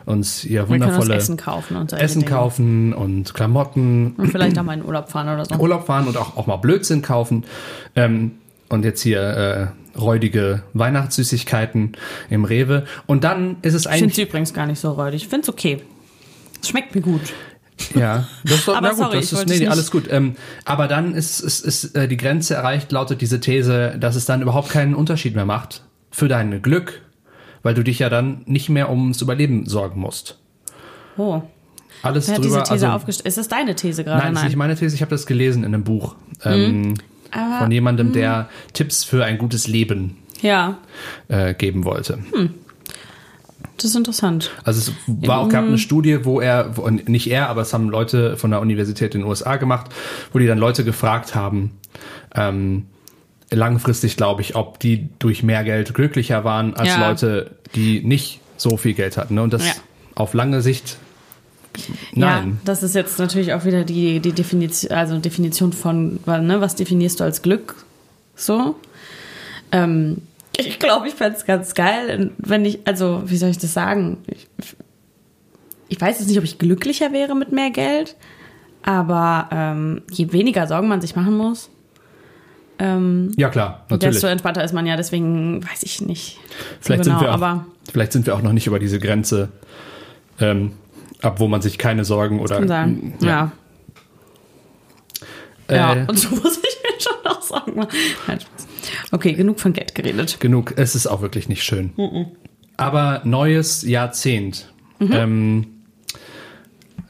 [SPEAKER 4] uns hier
[SPEAKER 3] Wir können uns
[SPEAKER 4] wundervolle
[SPEAKER 3] Essen kaufen und so
[SPEAKER 4] Essen
[SPEAKER 3] Dinge.
[SPEAKER 4] kaufen und Klamotten,
[SPEAKER 3] Und vielleicht auch mal in den Urlaub fahren oder so.
[SPEAKER 4] Urlaub fahren und auch, auch mal Blödsinn kaufen. Ähm, und jetzt hier äh, räudige Weihnachtssüßigkeiten im Rewe. Und dann ist es
[SPEAKER 3] Ich finde es
[SPEAKER 4] eigentlich.
[SPEAKER 3] übrigens gar nicht so räudig. Ich finde es okay. Es schmeckt mir gut.
[SPEAKER 4] Ja, das ist, doch-
[SPEAKER 3] Aber
[SPEAKER 4] na gut,
[SPEAKER 3] sorry, ich
[SPEAKER 4] das ist
[SPEAKER 3] wollte
[SPEAKER 4] nee,
[SPEAKER 3] dich nicht-
[SPEAKER 4] alles gut. Ähm, aber dann ist, ist, ist äh, die Grenze erreicht, lautet diese These, dass es dann überhaupt keinen Unterschied mehr macht für dein Glück, weil du dich ja dann nicht mehr ums Überleben sorgen musst.
[SPEAKER 3] Oh.
[SPEAKER 4] Alles
[SPEAKER 3] Wer hat
[SPEAKER 4] drüber.
[SPEAKER 3] diese These
[SPEAKER 4] also,
[SPEAKER 3] aufgestellt? Ist das deine These gerade?
[SPEAKER 4] Nein, das ist nicht meine These, ich habe das gelesen in einem Buch.
[SPEAKER 3] Hm.
[SPEAKER 4] Ähm,
[SPEAKER 3] Aber,
[SPEAKER 4] von jemandem,
[SPEAKER 3] Hm.
[SPEAKER 4] der Tipps für ein gutes Leben
[SPEAKER 3] ja,
[SPEAKER 4] äh, geben wollte.
[SPEAKER 3] Hm. das ist interessant.
[SPEAKER 4] Also es war auch
[SPEAKER 3] Hm.
[SPEAKER 4] gab eine Studie, wo er, wo, nicht er, aber es haben Leute von der Universität in den USA gemacht, wo die dann Leute gefragt haben, ähm, langfristig glaube ich, ob die durch mehr Geld glücklicher waren als
[SPEAKER 3] Ja.
[SPEAKER 4] Leute, die nicht so viel Geld hatten. Ne? Und das
[SPEAKER 3] Ja.
[SPEAKER 4] auf lange Sicht. Nein.
[SPEAKER 3] Ja, das ist jetzt natürlich auch wieder die, die Definition, also Definition von, weil, ne, was definierst du als Glück? So. Ähm, ich glaube, ich fände es ganz geil, wenn ich, also, wie soll ich das sagen? Ich, ich weiß jetzt nicht, ob ich glücklicher wäre mit mehr Geld, aber ähm, je weniger Sorgen man sich machen muss, ähm,
[SPEAKER 4] Ja, klar, natürlich.
[SPEAKER 3] desto entspannter ist man ja. Deswegen weiß ich nicht. so
[SPEAKER 4] Vielleicht,
[SPEAKER 3] genau,
[SPEAKER 4] sind wir auch,
[SPEAKER 3] aber
[SPEAKER 4] vielleicht sind wir auch noch nicht über diese Grenze, ähm, ab wo man sich keine Sorgen oder.
[SPEAKER 3] kann sein. Ja.
[SPEAKER 4] Äh,
[SPEAKER 3] Ja. Und so muss ich mir schon auch sagen. Nein, Spaß. Okay, genug von Geld geredet.
[SPEAKER 4] genug. Es ist auch wirklich nicht schön. Aber neues Jahrzehnt.
[SPEAKER 3] Mhm.
[SPEAKER 4] Ähm,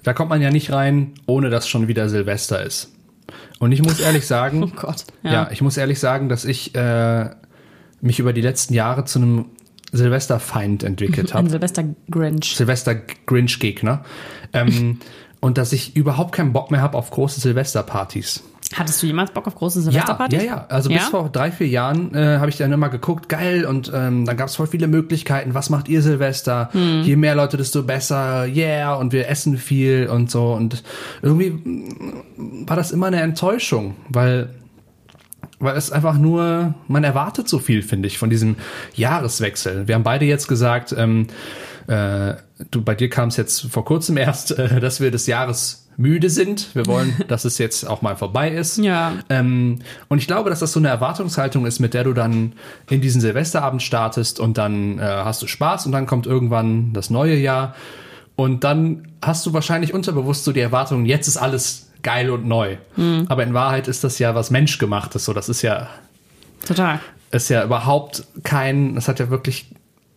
[SPEAKER 4] da kommt man ja nicht rein, ohne dass schon wieder Silvester ist. Und ich muss ehrlich sagen,
[SPEAKER 3] Oh Gott.
[SPEAKER 4] ja. ich muss ehrlich sagen, dass ich äh, mich über die letzten Jahre zu einem Silvesterfeind entwickelt
[SPEAKER 3] Ein
[SPEAKER 4] habe.
[SPEAKER 3] Silvester Grinch.
[SPEAKER 4] Silvester-Grinch-Gegner. Ähm, und dass ich überhaupt keinen Bock mehr habe auf große Silvesterpartys.
[SPEAKER 3] Hattest du jemals Bock auf große
[SPEAKER 4] Ja,
[SPEAKER 3] Silvesterpartys?
[SPEAKER 4] ja, ja. Also bis
[SPEAKER 3] Ja?
[SPEAKER 4] vor drei, vier Jahren äh, habe ich dann immer geguckt, geil, und ähm, dann gab es voll viele Möglichkeiten. Was macht ihr Silvester? Je mehr Leute, desto besser. Yeah, und wir essen viel und so. Und irgendwie mm, war das immer eine Enttäuschung, weil weil es einfach nur, man erwartet so viel, finde ich, von diesem Jahreswechsel. Wir haben beide jetzt gesagt, ähm, äh, du, bei dir kam es jetzt vor kurzem erst, äh, dass wir des Jahres müde sind. Wir wollen, dass es jetzt auch mal vorbei ist.
[SPEAKER 3] Ja.
[SPEAKER 4] Ähm, und ich glaube, dass das so eine Erwartungshaltung ist, mit der du dann in diesen Silvesterabend startest und dann äh, hast du Spaß und dann kommt irgendwann das neue Jahr und dann hast du wahrscheinlich unterbewusst so die Erwartung, jetzt ist alles geil und neu.
[SPEAKER 3] Hm.
[SPEAKER 4] Aber in Wahrheit ist das ja was menschgemachtes. So, das ist ja,
[SPEAKER 3] Total.
[SPEAKER 4] ist ja überhaupt kein, das hat ja wirklich,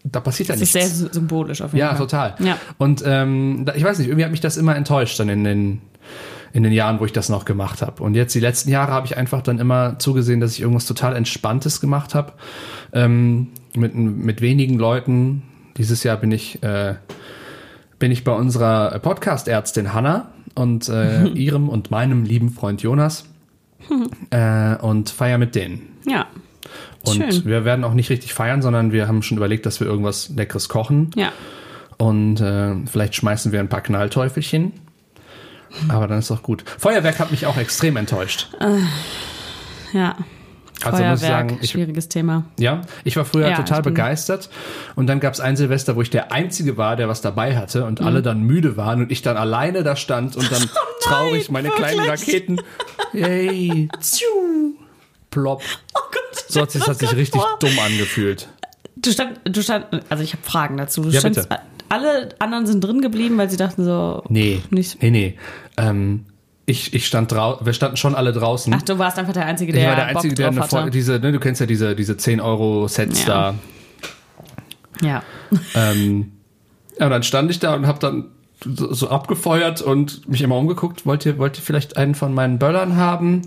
[SPEAKER 4] da passiert ja
[SPEAKER 3] Das ist
[SPEAKER 4] nichts.
[SPEAKER 3] sehr sy- symbolisch auf jeden
[SPEAKER 4] ja,
[SPEAKER 3] Fall.
[SPEAKER 4] total.
[SPEAKER 3] Ja.
[SPEAKER 4] Und ähm, da- ich weiß nicht, irgendwie hat mich das immer enttäuscht dann in den in den Jahren, wo ich das noch gemacht habe. Und jetzt die letzten Jahre habe ich einfach dann immer zugesehen, dass ich irgendwas total Entspanntes gemacht habe. Ähm, mit, mit wenigen Leuten. Dieses Jahr bin ich, äh, bin ich bei unserer Podcast-Ärztin Hanna und äh, ihrem und meinem lieben Freund Jonas. äh, und feier mit denen.
[SPEAKER 3] Ja.
[SPEAKER 4] Und
[SPEAKER 3] Schön.
[SPEAKER 4] wir werden auch nicht richtig feiern, sondern wir haben schon überlegt, dass wir irgendwas Leckeres kochen.
[SPEAKER 3] Ja.
[SPEAKER 4] Und äh, vielleicht schmeißen wir ein paar Knallteufelchen. Aber dann ist doch gut. Feuerwerk hat mich auch extrem enttäuscht.
[SPEAKER 3] Ja.
[SPEAKER 4] Also
[SPEAKER 3] Feuerwerk,
[SPEAKER 4] muss ich sagen, ich,
[SPEAKER 3] schwieriges Thema.
[SPEAKER 4] ja, ich war früher
[SPEAKER 3] Ja,
[SPEAKER 4] total
[SPEAKER 3] ich bin-
[SPEAKER 4] begeistert. Und dann gab es ein Silvester, wo ich der Einzige war, der was dabei hatte und
[SPEAKER 3] Mhm.
[SPEAKER 4] alle dann müde waren und ich dann alleine da stand und dann
[SPEAKER 3] Oh
[SPEAKER 4] traurig meine kleinen Raketen. Yay, tschu, plopp.
[SPEAKER 3] Oh Gott.
[SPEAKER 4] So hat sich, das hat sich richtig dumm angefühlt.
[SPEAKER 3] Du stand, du stand, also ich habe Fragen dazu. Du
[SPEAKER 4] Ja,
[SPEAKER 3] standst,
[SPEAKER 4] bitte.
[SPEAKER 3] Alle anderen sind drin geblieben, weil sie dachten so.
[SPEAKER 4] Nee,
[SPEAKER 3] Nicht-
[SPEAKER 4] nee, nee. Ähm, ich, ich stand draußen, wir standen schon alle draußen.
[SPEAKER 3] Ach, du warst einfach der Einzige, der,
[SPEAKER 4] ich war der Einzige,
[SPEAKER 3] Bock
[SPEAKER 4] der
[SPEAKER 3] drauf
[SPEAKER 4] eine
[SPEAKER 3] hatte.
[SPEAKER 4] Feu- diese, ne, du kennst ja diese, diese 10-Euro-Sets
[SPEAKER 3] Ja.
[SPEAKER 4] da.
[SPEAKER 3] ja.
[SPEAKER 4] Ähm, ja, und dann stand ich da und habe dann so, so abgefeuert und mich immer umgeguckt. Wollt ihr, wollt ihr vielleicht einen von meinen Böllern haben?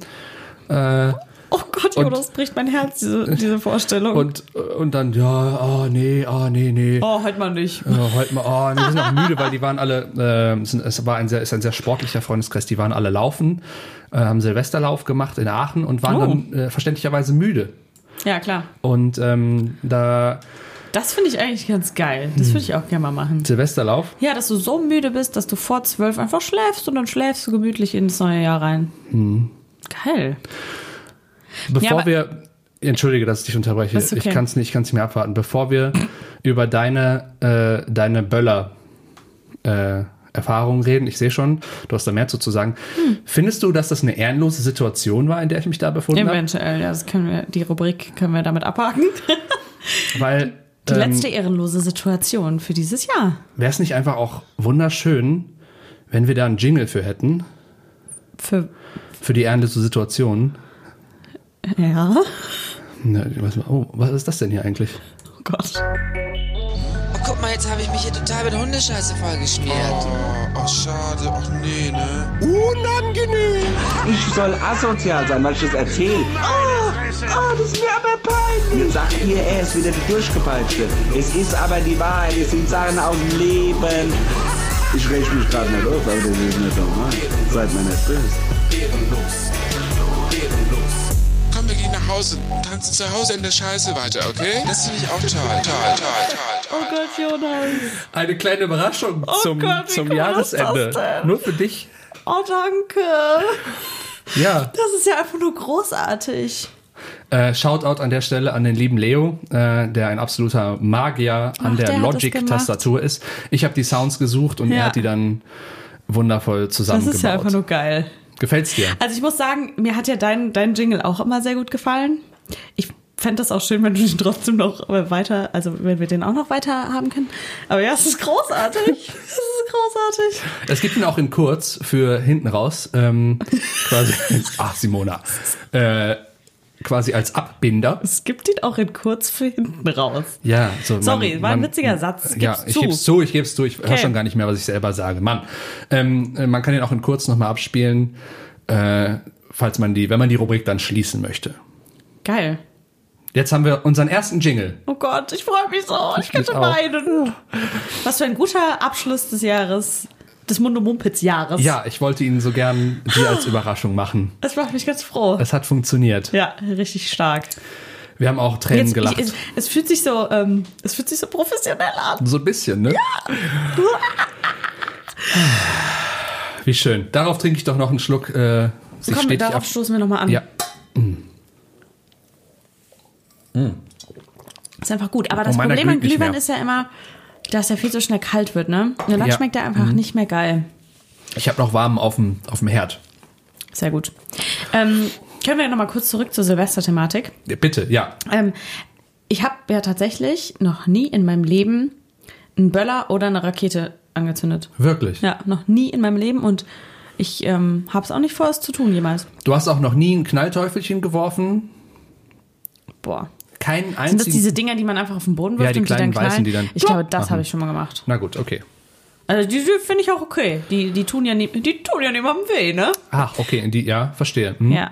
[SPEAKER 3] Oh Gott,
[SPEAKER 4] Und-
[SPEAKER 3] Jonas, bricht mein Herz, diese, diese Vorstellung.
[SPEAKER 4] Und, äh, und dann, ja, oh nee, oh nee, nee.
[SPEAKER 3] oh, heute mal nicht.
[SPEAKER 4] Ja, heute mal, oh, nee, wir sind auch müde, weil die waren alle, äh, es sind- es war ein sehr, ist ein sehr sportlicher Freundeskreis, die waren alle laufen, äh, haben Silvesterlauf gemacht in Aachen und waren
[SPEAKER 3] Oh.
[SPEAKER 4] dann äh, verständlicherweise müde.
[SPEAKER 3] Ja, klar.
[SPEAKER 4] Und ähm, da
[SPEAKER 3] Das finde ich eigentlich ganz geil.
[SPEAKER 4] Hm.
[SPEAKER 3] Das würde ich auch gerne mal machen.
[SPEAKER 4] Silvesterlauf,
[SPEAKER 3] Ja, dass du so müde bist, dass du vor zwölf einfach schläfst und dann schläfst du gemütlich ins neue Jahr rein.
[SPEAKER 4] Hm.
[SPEAKER 3] Geil.
[SPEAKER 4] Bevor
[SPEAKER 3] aber-
[SPEAKER 4] wir, entschuldige, dass ich dich unterbreche,
[SPEAKER 3] Ist okay.
[SPEAKER 4] ich kann es nicht, ich kann's nicht mehr abwarten. Bevor wir über deine, äh, deine Böller äh, Erfahrungen reden, ich sehe schon, du hast da mehr zu, zu sagen.
[SPEAKER 3] Hm.
[SPEAKER 4] Findest du, dass das eine ehrenlose Situation war, in der ich mich da befunden habe?
[SPEAKER 3] Eventuell, ja, das können wir, die Rubrik können wir damit abhaken.
[SPEAKER 4] Weil
[SPEAKER 3] Die
[SPEAKER 4] ähm,
[SPEAKER 3] letzte ehrenlose Situation für dieses Jahr.
[SPEAKER 4] wäre es nicht einfach auch wunderschön, wenn wir da einen Jingle für hätten,
[SPEAKER 3] Für,
[SPEAKER 4] für die ehrenlose Situation.
[SPEAKER 3] ja.
[SPEAKER 4] Ne, ich weiß nicht, Oh, was ist das denn hier eigentlich?
[SPEAKER 3] Oh Gott.
[SPEAKER 5] Oh, guck mal, jetzt habe ich mich hier total mit Hundescheiße vollgeschmiert.
[SPEAKER 6] Oh, ach schade, ach nee, ne?
[SPEAKER 7] Ich soll asozial sein, weil ich das erzähle. Oh, oh, das ist mir aber peinlich. Dann sagt ihr, er ist wieder durchgepeitscht. Es ist aber die Wahrheit, es sind Sachen aus dem Leben. Ich rech mich gerade nicht auf, aber das ist nicht normal. Seid mir nicht böse.
[SPEAKER 6] Komm, wir gehen nach Hause. Tanzen zu Hause in der Scheiße weiter, okay? Das finde ich auch toll. Toll, toll, toll, toll.
[SPEAKER 3] Oh Gott, Jonas.
[SPEAKER 4] Eine kleine Überraschung zum,
[SPEAKER 3] Oh Gott, wie
[SPEAKER 4] zum
[SPEAKER 3] cool ist das
[SPEAKER 4] Jahresende.
[SPEAKER 3] denn?
[SPEAKER 4] Nur für dich.
[SPEAKER 3] Oh, danke.
[SPEAKER 4] Ja.
[SPEAKER 3] Das ist ja einfach nur großartig.
[SPEAKER 4] Äh, Shoutout an der Stelle an den lieben Leo, äh, der ein absoluter Magier an
[SPEAKER 3] Ach,
[SPEAKER 4] der,
[SPEAKER 3] der hat das
[SPEAKER 4] Logic-Tastatur ist. Ich habe die Sounds gesucht und
[SPEAKER 3] Ja.
[SPEAKER 4] er hat die dann wundervoll
[SPEAKER 3] Das ist ja
[SPEAKER 4] zusammengebaut.
[SPEAKER 3] einfach nur geil.
[SPEAKER 4] Gefällt's dir?
[SPEAKER 3] Also ich muss sagen, mir hat ja dein, dein Jingle auch immer sehr gut gefallen. Ich fände das auch schön, wenn du den trotzdem noch äh, weiter, also wenn wir den auch noch weiter haben können. Aber ja, es ist großartig. es ist großartig.
[SPEAKER 4] Es gibt ihn auch in kurz für hinten raus, ähm, quasi, ach Simona, äh, quasi als Abbinder.
[SPEAKER 3] Es gibt ihn auch in kurz für hinten raus.
[SPEAKER 4] Ja, so,
[SPEAKER 3] Sorry,
[SPEAKER 4] man-
[SPEAKER 3] war ein
[SPEAKER 4] man-
[SPEAKER 3] witziger Satz. Das
[SPEAKER 4] Ja,
[SPEAKER 3] gibt's
[SPEAKER 4] ich
[SPEAKER 3] zu.
[SPEAKER 4] geb's zu, ich geb's zu. Ich höre
[SPEAKER 3] Okay.
[SPEAKER 4] schon gar nicht mehr, was ich selber sage. Mann, ähm, äh, man kann ihn auch in kurz nochmal abspielen, äh, falls man die, wenn man die Rubrik dann schließen möchte.
[SPEAKER 3] Geil.
[SPEAKER 4] Jetzt haben wir unseren ersten Jingle.
[SPEAKER 3] Oh Gott, ich freue mich so. Ich
[SPEAKER 4] mich
[SPEAKER 3] könnte
[SPEAKER 4] auch.
[SPEAKER 3] weinen. Was für ein guter Abschluss des Jahres, des Mundo-Mumpitz-Jahres.
[SPEAKER 4] Ja, ich wollte ihn so gern dir als Überraschung machen.
[SPEAKER 3] Das macht mich ganz froh.
[SPEAKER 4] Es hat funktioniert.
[SPEAKER 3] Ja, richtig stark.
[SPEAKER 4] Wir haben auch Tränen gelacht.
[SPEAKER 3] es, es fühlt sich so, ähm, es fühlt sich so professionell an.
[SPEAKER 4] so ein bisschen, ne? Wie schön. Darauf trinke ich doch noch einen Schluck. Äh, sich
[SPEAKER 3] Komm,
[SPEAKER 4] stetig
[SPEAKER 3] darauf
[SPEAKER 4] ab.
[SPEAKER 3] stoßen wir nochmal an.
[SPEAKER 4] Ja,
[SPEAKER 3] Ist einfach gut. Aber das
[SPEAKER 4] meiner
[SPEAKER 3] Problem an
[SPEAKER 4] glüht nicht
[SPEAKER 3] Glühwein
[SPEAKER 4] mehr.
[SPEAKER 3] ist ja immer, dass er viel zu schnell kalt wird, ne? Und dann
[SPEAKER 4] Ja. Mhm.
[SPEAKER 3] schmeckt er einfach nicht mehr geil.
[SPEAKER 4] ich habe noch warm auf dem, auf dem Herd.
[SPEAKER 3] Sehr gut. Ähm, können wir nochmal kurz zurück zur Silvester-Thematik?
[SPEAKER 4] Bitte, ja.
[SPEAKER 3] Ähm, ich habe ja tatsächlich noch nie in meinem Leben einen Böller oder eine Rakete angezündet.
[SPEAKER 4] Wirklich.
[SPEAKER 3] Ja, noch nie in meinem Leben und ich ähm, habe es auch nicht vor, es zu tun jemals.
[SPEAKER 4] Du hast auch noch nie ein Knallteufelchen geworfen.
[SPEAKER 3] Boah.
[SPEAKER 4] Keinen
[SPEAKER 3] Sind das
[SPEAKER 4] einzigen.
[SPEAKER 3] diese Dinger, die man einfach auf den Boden wirft
[SPEAKER 4] Ja, die
[SPEAKER 3] und die dann
[SPEAKER 4] kleinen
[SPEAKER 3] knallen?
[SPEAKER 4] weißen, die dann
[SPEAKER 3] ich glaube, das
[SPEAKER 4] machen.
[SPEAKER 3] habe ich schon mal gemacht.
[SPEAKER 4] Na gut, okay.
[SPEAKER 3] Also die, die finde ich auch okay. Die, die tun ja nie, die tun ja niemandem weh, ne?
[SPEAKER 4] Ach, Ah, okay, in die, ja, verstehe. Hm.
[SPEAKER 3] Ja.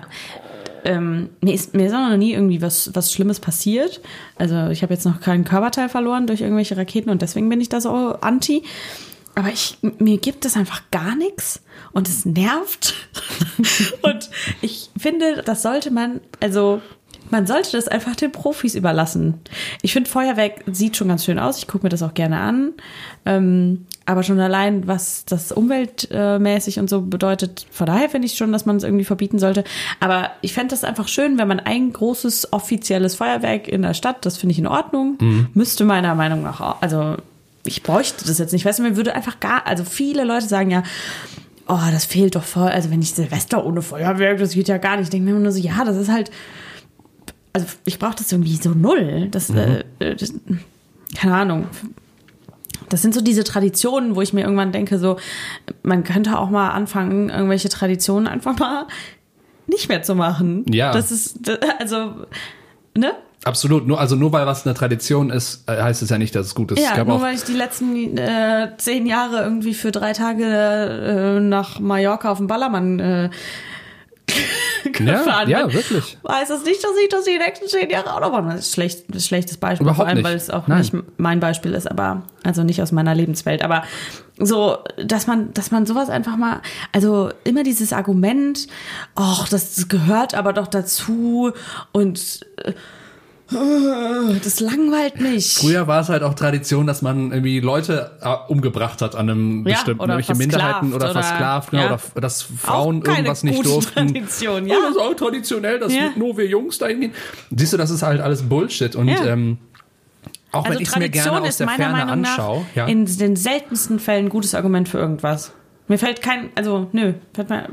[SPEAKER 3] Ähm, mir, ist, mir ist auch noch nie irgendwie was, was Schlimmes passiert. Also ich habe jetzt noch keinen Körperteil verloren durch irgendwelche Raketen und deswegen bin ich da so anti. Aber ich, mir gibt es einfach gar nichts und es nervt. und ich finde, das sollte man, also man sollte das einfach den Profis überlassen. Ich finde, Feuerwerk sieht schon ganz schön aus. Ich gucke mir das auch gerne an. Ähm, aber schon allein, was das umweltmäßig und so bedeutet, von daher finde ich schon, dass man es irgendwie verbieten sollte. Aber ich fände das einfach schön, wenn man ein großes offizielles Feuerwerk in der Stadt, das finde ich in Ordnung, müsste meiner Meinung nach, au- also ich bräuchte das jetzt nicht. Weißt du, mir würde einfach gar, also viele Leute sagen ja, oh, das fehlt doch voll. Also wenn ich Silvester ohne Feuerwerk, das geht ja gar nicht. Ich denke mir immer nur so, ja, das ist halt, also ich brauche das irgendwie so null. Das, äh, das, keine Ahnung. Das sind so diese Traditionen, wo ich mir irgendwann denke, so, man könnte auch mal anfangen, irgendwelche Traditionen einfach mal nicht mehr zu machen.
[SPEAKER 4] Ja.
[SPEAKER 3] Das ist, das- also, ne?
[SPEAKER 4] Absolut. Nur, also nur weil was eine Tradition ist, äh, heißt es ja nicht, dass es gut ist.
[SPEAKER 3] Ja,
[SPEAKER 4] gab
[SPEAKER 3] nur
[SPEAKER 4] auch-
[SPEAKER 3] weil ich die letzten äh, zehn Jahre irgendwie für drei Tage äh, nach Mallorca auf dem Ballermann äh,
[SPEAKER 4] ja,
[SPEAKER 3] gefahren
[SPEAKER 4] ja,
[SPEAKER 3] bin.
[SPEAKER 4] wirklich.
[SPEAKER 3] Weiß es nicht, dass ich das die nächsten zehn Jahre auch noch machen. Das ist schlecht, das ist schlechtes Beispiel,
[SPEAKER 4] Überhaupt
[SPEAKER 3] vor allem,
[SPEAKER 4] nicht.
[SPEAKER 3] weil es auch
[SPEAKER 4] Nein.
[SPEAKER 3] nicht mein Beispiel ist, aber also nicht aus meiner Lebenswelt. Aber so, dass man, dass man sowas einfach mal, also immer dieses Argument, ach, das gehört aber doch dazu und äh, das langweilt mich.
[SPEAKER 4] Früher war es halt auch Tradition, dass man irgendwie Leute äh, umgebracht hat an einem
[SPEAKER 3] Ja,
[SPEAKER 4] bestimmten,
[SPEAKER 3] oder
[SPEAKER 4] irgendwelche
[SPEAKER 3] versklavt
[SPEAKER 4] Minderheiten oder,
[SPEAKER 3] oder-
[SPEAKER 4] versklavt, genau,
[SPEAKER 3] ja.
[SPEAKER 4] oder f- dass Frauen
[SPEAKER 3] keine
[SPEAKER 4] irgendwas nicht
[SPEAKER 3] gute
[SPEAKER 4] durften.
[SPEAKER 3] Tradition, ja.
[SPEAKER 4] Oh, das ist auch traditionell, dass
[SPEAKER 3] Ja.
[SPEAKER 4] nur wir Jungs da hingehen. Siehst du, das ist halt alles Bullshit und
[SPEAKER 3] Ja.
[SPEAKER 4] ähm, auch
[SPEAKER 3] Also
[SPEAKER 4] wenn ich es mir gerne
[SPEAKER 3] Tradition
[SPEAKER 4] aus
[SPEAKER 3] ist
[SPEAKER 4] der
[SPEAKER 3] meiner
[SPEAKER 4] Ferne
[SPEAKER 3] Meinung nach
[SPEAKER 4] anschaue, ja.
[SPEAKER 3] in den seltensten Fällen ein gutes Argument für irgendwas. Mir fällt kein, also nö, fällt mir,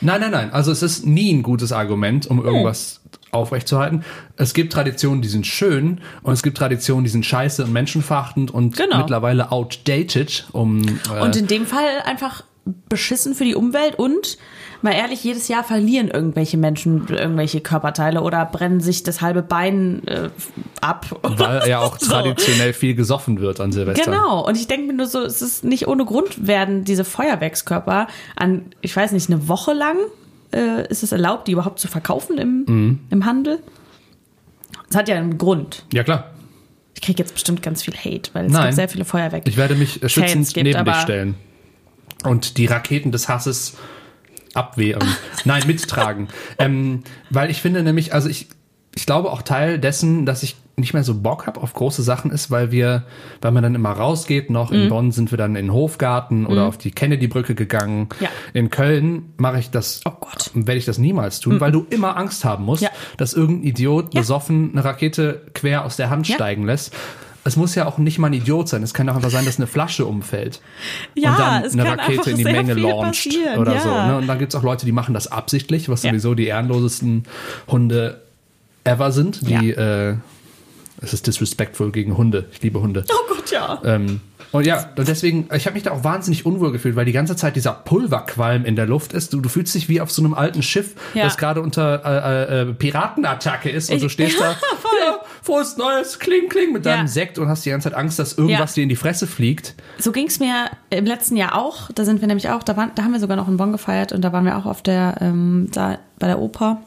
[SPEAKER 4] Nein, nein, nein. Also es ist nie ein gutes Argument,
[SPEAKER 3] Hm.
[SPEAKER 4] um irgendwas aufrechtzuerhalten. Es gibt Traditionen, die sind schön und es gibt Traditionen, die sind scheiße und menschenverachtend und
[SPEAKER 3] Genau.
[SPEAKER 4] mittlerweile outdated. Um, äh,
[SPEAKER 3] Und in dem Fall einfach beschissen für die Umwelt und mal ehrlich, jedes Jahr verlieren irgendwelche Menschen irgendwelche Körperteile oder brennen sich das halbe Bein äh, ab.
[SPEAKER 4] weil ja auch traditionell viel gesoffen wird an Silvester.
[SPEAKER 3] Genau, und ich denke mir nur so, es ist nicht ohne Grund werden diese Feuerwerkskörper an, ich weiß nicht, eine Woche lang äh, ist es erlaubt, die überhaupt zu verkaufen im,
[SPEAKER 4] Mhm.
[SPEAKER 3] im Handel. Das hat ja einen Grund.
[SPEAKER 4] Ja klar.
[SPEAKER 3] Ich kriege jetzt bestimmt ganz viel Hate, weil es
[SPEAKER 4] Nein.
[SPEAKER 3] gibt sehr viele Feuerwerk.
[SPEAKER 4] Ich werde mich äh, schützend
[SPEAKER 3] Fans gibt,
[SPEAKER 4] neben dich
[SPEAKER 3] aber-
[SPEAKER 4] stellen und die Raketen des Hasses abwehren. Nein, mittragen. ähm, weil ich finde nämlich, also ich, ich glaube auch Teil dessen, dass ich nicht mehr so Bock habe auf große Sachen ist, weil wir, weil man dann immer rausgeht noch.
[SPEAKER 3] Mhm.
[SPEAKER 4] In Bonn sind wir dann in den Hofgarten oder auf die Kennedy-Brücke gegangen.
[SPEAKER 3] Ja.
[SPEAKER 4] In Köln mache ich das,
[SPEAKER 3] Oh Gott.
[SPEAKER 4] werde ich das niemals tun, weil du immer Angst haben musst,
[SPEAKER 3] Mhm. Ja.
[SPEAKER 4] dass irgendein Idiot
[SPEAKER 3] Ja.
[SPEAKER 4] besoffen eine Rakete quer aus der Hand
[SPEAKER 3] Ja.
[SPEAKER 4] steigen lässt. Es muss ja auch nicht mal ein Idiot sein. Es kann auch einfach sein, dass eine Flasche umfällt
[SPEAKER 3] Ja,
[SPEAKER 4] und dann
[SPEAKER 3] es
[SPEAKER 4] eine
[SPEAKER 3] kann einfach
[SPEAKER 4] Rakete in die
[SPEAKER 3] sehr
[SPEAKER 4] Menge
[SPEAKER 3] viel
[SPEAKER 4] launcht
[SPEAKER 3] passieren,
[SPEAKER 4] oder
[SPEAKER 3] ja.
[SPEAKER 4] so. Ne? Und dann gibt's auch Leute, die machen das absichtlich, was
[SPEAKER 3] Ja.
[SPEAKER 4] sowieso die ehrenlosesten Hunde ever sind. Die, äh, es ist disrespectful gegen Hunde. Ich liebe Hunde.
[SPEAKER 3] Oh Gott, ja.
[SPEAKER 4] Ähm, und ja, und deswegen, ich habe mich da auch wahnsinnig unwohl gefühlt, weil die ganze Zeit dieser Pulverqualm in der Luft ist. Du, du fühlst dich wie auf so einem alten Schiff,
[SPEAKER 3] Ja.
[SPEAKER 4] das gerade unter äh, äh, äh, Piratenattacke ist und du stehst da, ja, frohes Neues, kling, kling mit deinem
[SPEAKER 3] Ja.
[SPEAKER 4] Sekt und hast die ganze Zeit Angst, dass irgendwas
[SPEAKER 3] Ja.
[SPEAKER 4] dir in die Fresse fliegt.
[SPEAKER 3] So ging's mir im letzten Jahr auch. Da sind wir nämlich auch, da, waren, da haben wir sogar noch in Bonn gefeiert und da waren wir auch auf der, ähm, da, bei der Oper.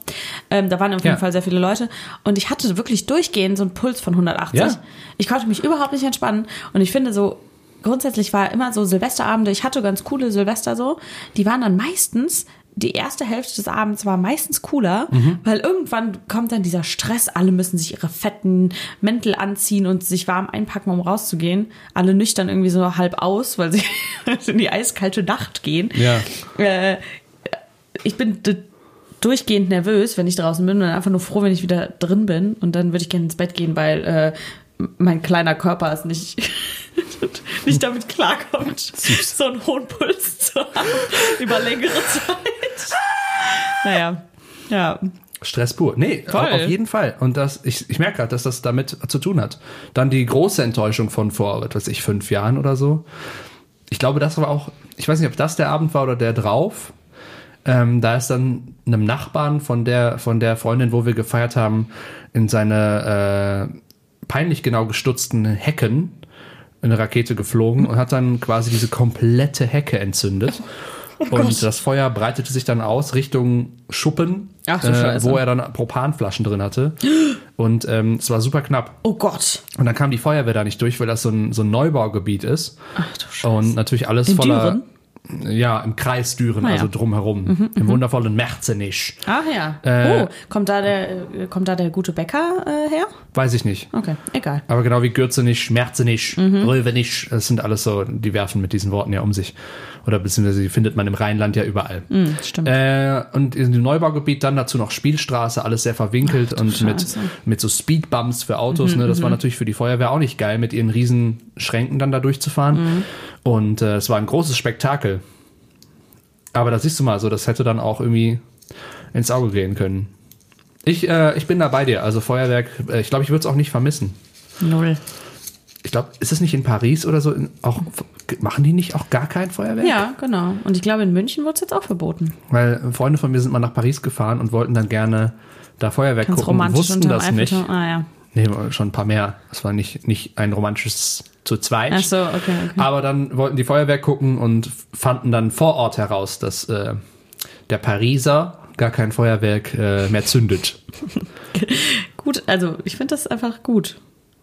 [SPEAKER 3] Ähm, da waren auf jeden
[SPEAKER 4] Ja.
[SPEAKER 3] Fall sehr viele Leute. Und ich hatte wirklich durchgehend so einen Puls von 180.
[SPEAKER 4] Ja.
[SPEAKER 3] Ich konnte mich überhaupt nicht entspannen. Und ich finde so, grundsätzlich war immer so Silvesterabende, ich hatte ganz coole Silvester so, die waren dann meistens, die erste Hälfte des Abends war meistens cooler, weil irgendwann kommt dann dieser Stress, alle müssen sich ihre fetten Mäntel anziehen und sich warm einpacken, um rauszugehen. Alle nüchtern irgendwie so halb aus, weil sie in die eiskalte Nacht gehen.
[SPEAKER 4] Ja.
[SPEAKER 3] Äh, ich bin d- durchgehend nervös, wenn ich draußen bin und einfach nur froh, wenn ich wieder drin bin. Und dann würde ich gerne ins Bett gehen, weil äh, m- mein kleiner Körper ist nicht, nicht damit klarkommt, so einen hohen Puls zu haben über längere Zeit. Naja, ja.
[SPEAKER 4] Stress pur. Nee,
[SPEAKER 3] Voll.
[SPEAKER 4] auf jeden Fall. Und das, ich, ich merke gerade, dass das damit zu tun hat. Dann die große Enttäuschung von vor, was weiß ich, fünf Jahren oder so. Ich glaube, das war auch, ich weiß nicht, ob das der Abend war oder der drauf. Ähm, da ist dann einem Nachbarn von der, von der Freundin, wo wir gefeiert haben, in seine äh, peinlich genau gestutzten Hecken eine Rakete geflogen und hat dann quasi diese komplette Hecke entzündet.
[SPEAKER 3] Oh
[SPEAKER 4] und das Feuer breitete sich dann aus Richtung Schuppen,
[SPEAKER 3] Ach du
[SPEAKER 4] äh,
[SPEAKER 3] Scheiße.
[SPEAKER 4] wo er dann Propanflaschen drin hatte. Und ähm, es war super knapp.
[SPEAKER 3] Oh Gott.
[SPEAKER 4] Und dann kam die Feuerwehr da nicht durch, weil das so ein, so ein Neubaugebiet ist.
[SPEAKER 3] Ach du Scheiße.
[SPEAKER 4] Und natürlich alles
[SPEAKER 3] In
[SPEAKER 4] voller. Ja, im Kreis Düren,
[SPEAKER 3] Ah, ja. mhm.
[SPEAKER 4] also drumherum. Im wundervollen Merzenich.
[SPEAKER 3] Ach ja.
[SPEAKER 4] Äh,
[SPEAKER 3] oh, kommt da der, äh, kommt da der gute Bäcker äh, her?
[SPEAKER 4] Weiß ich nicht.
[SPEAKER 3] Okay, egal.
[SPEAKER 4] Aber genau wie Gürzenich, Schmerzenich,
[SPEAKER 3] Mhm.
[SPEAKER 4] Rövenich, das sind alles so, die werfen mit diesen Worten ja um sich. Oder beziehungsweise die findet man im Rheinland ja überall.
[SPEAKER 3] Hm, stimmt.
[SPEAKER 4] Äh, und in dem Neubaugebiet dann dazu noch Spielstraße, alles sehr verwinkelt und mit,
[SPEAKER 3] Scheiße. Mhm,
[SPEAKER 4] mit so Speedbumps für Autos. ne? Das war natürlich für die Feuerwehr auch nicht geil, mit ihren riesen Schränken dann da durchzufahren.
[SPEAKER 3] Mhm.
[SPEAKER 4] Und äh, es war ein großes Spektakel. Aber das siehst du mal so, das hätte dann auch irgendwie ins Auge gehen können. Ich, äh, ich bin da bei dir. Also Feuerwerk, äh, ich glaube, ich würde es auch nicht vermissen.
[SPEAKER 3] Null.
[SPEAKER 4] Ich glaube, ist es nicht in Paris oder so? In, auch, machen die nicht auch gar kein Feuerwerk?
[SPEAKER 3] Ja, genau. Und ich glaube, in München wurde es jetzt auch verboten.
[SPEAKER 4] Weil Freunde von mir sind mal nach Paris gefahren und wollten dann gerne da Feuerwerk
[SPEAKER 3] Ganz
[SPEAKER 4] gucken,
[SPEAKER 3] romantisch
[SPEAKER 4] wussten
[SPEAKER 3] unter
[SPEAKER 4] das nicht.
[SPEAKER 3] Eiffelturm. Ah ja.
[SPEAKER 4] Nee, schon ein paar mehr. Es war nicht, nicht ein romantisches zu zweit.
[SPEAKER 3] Ach so, okay, okay.
[SPEAKER 4] Aber dann wollten die Feuerwerk gucken und fanden dann vor Ort heraus, dass äh, der Pariser gar kein Feuerwerk äh, mehr zündet.
[SPEAKER 3] Gut, also ich finde das einfach gut.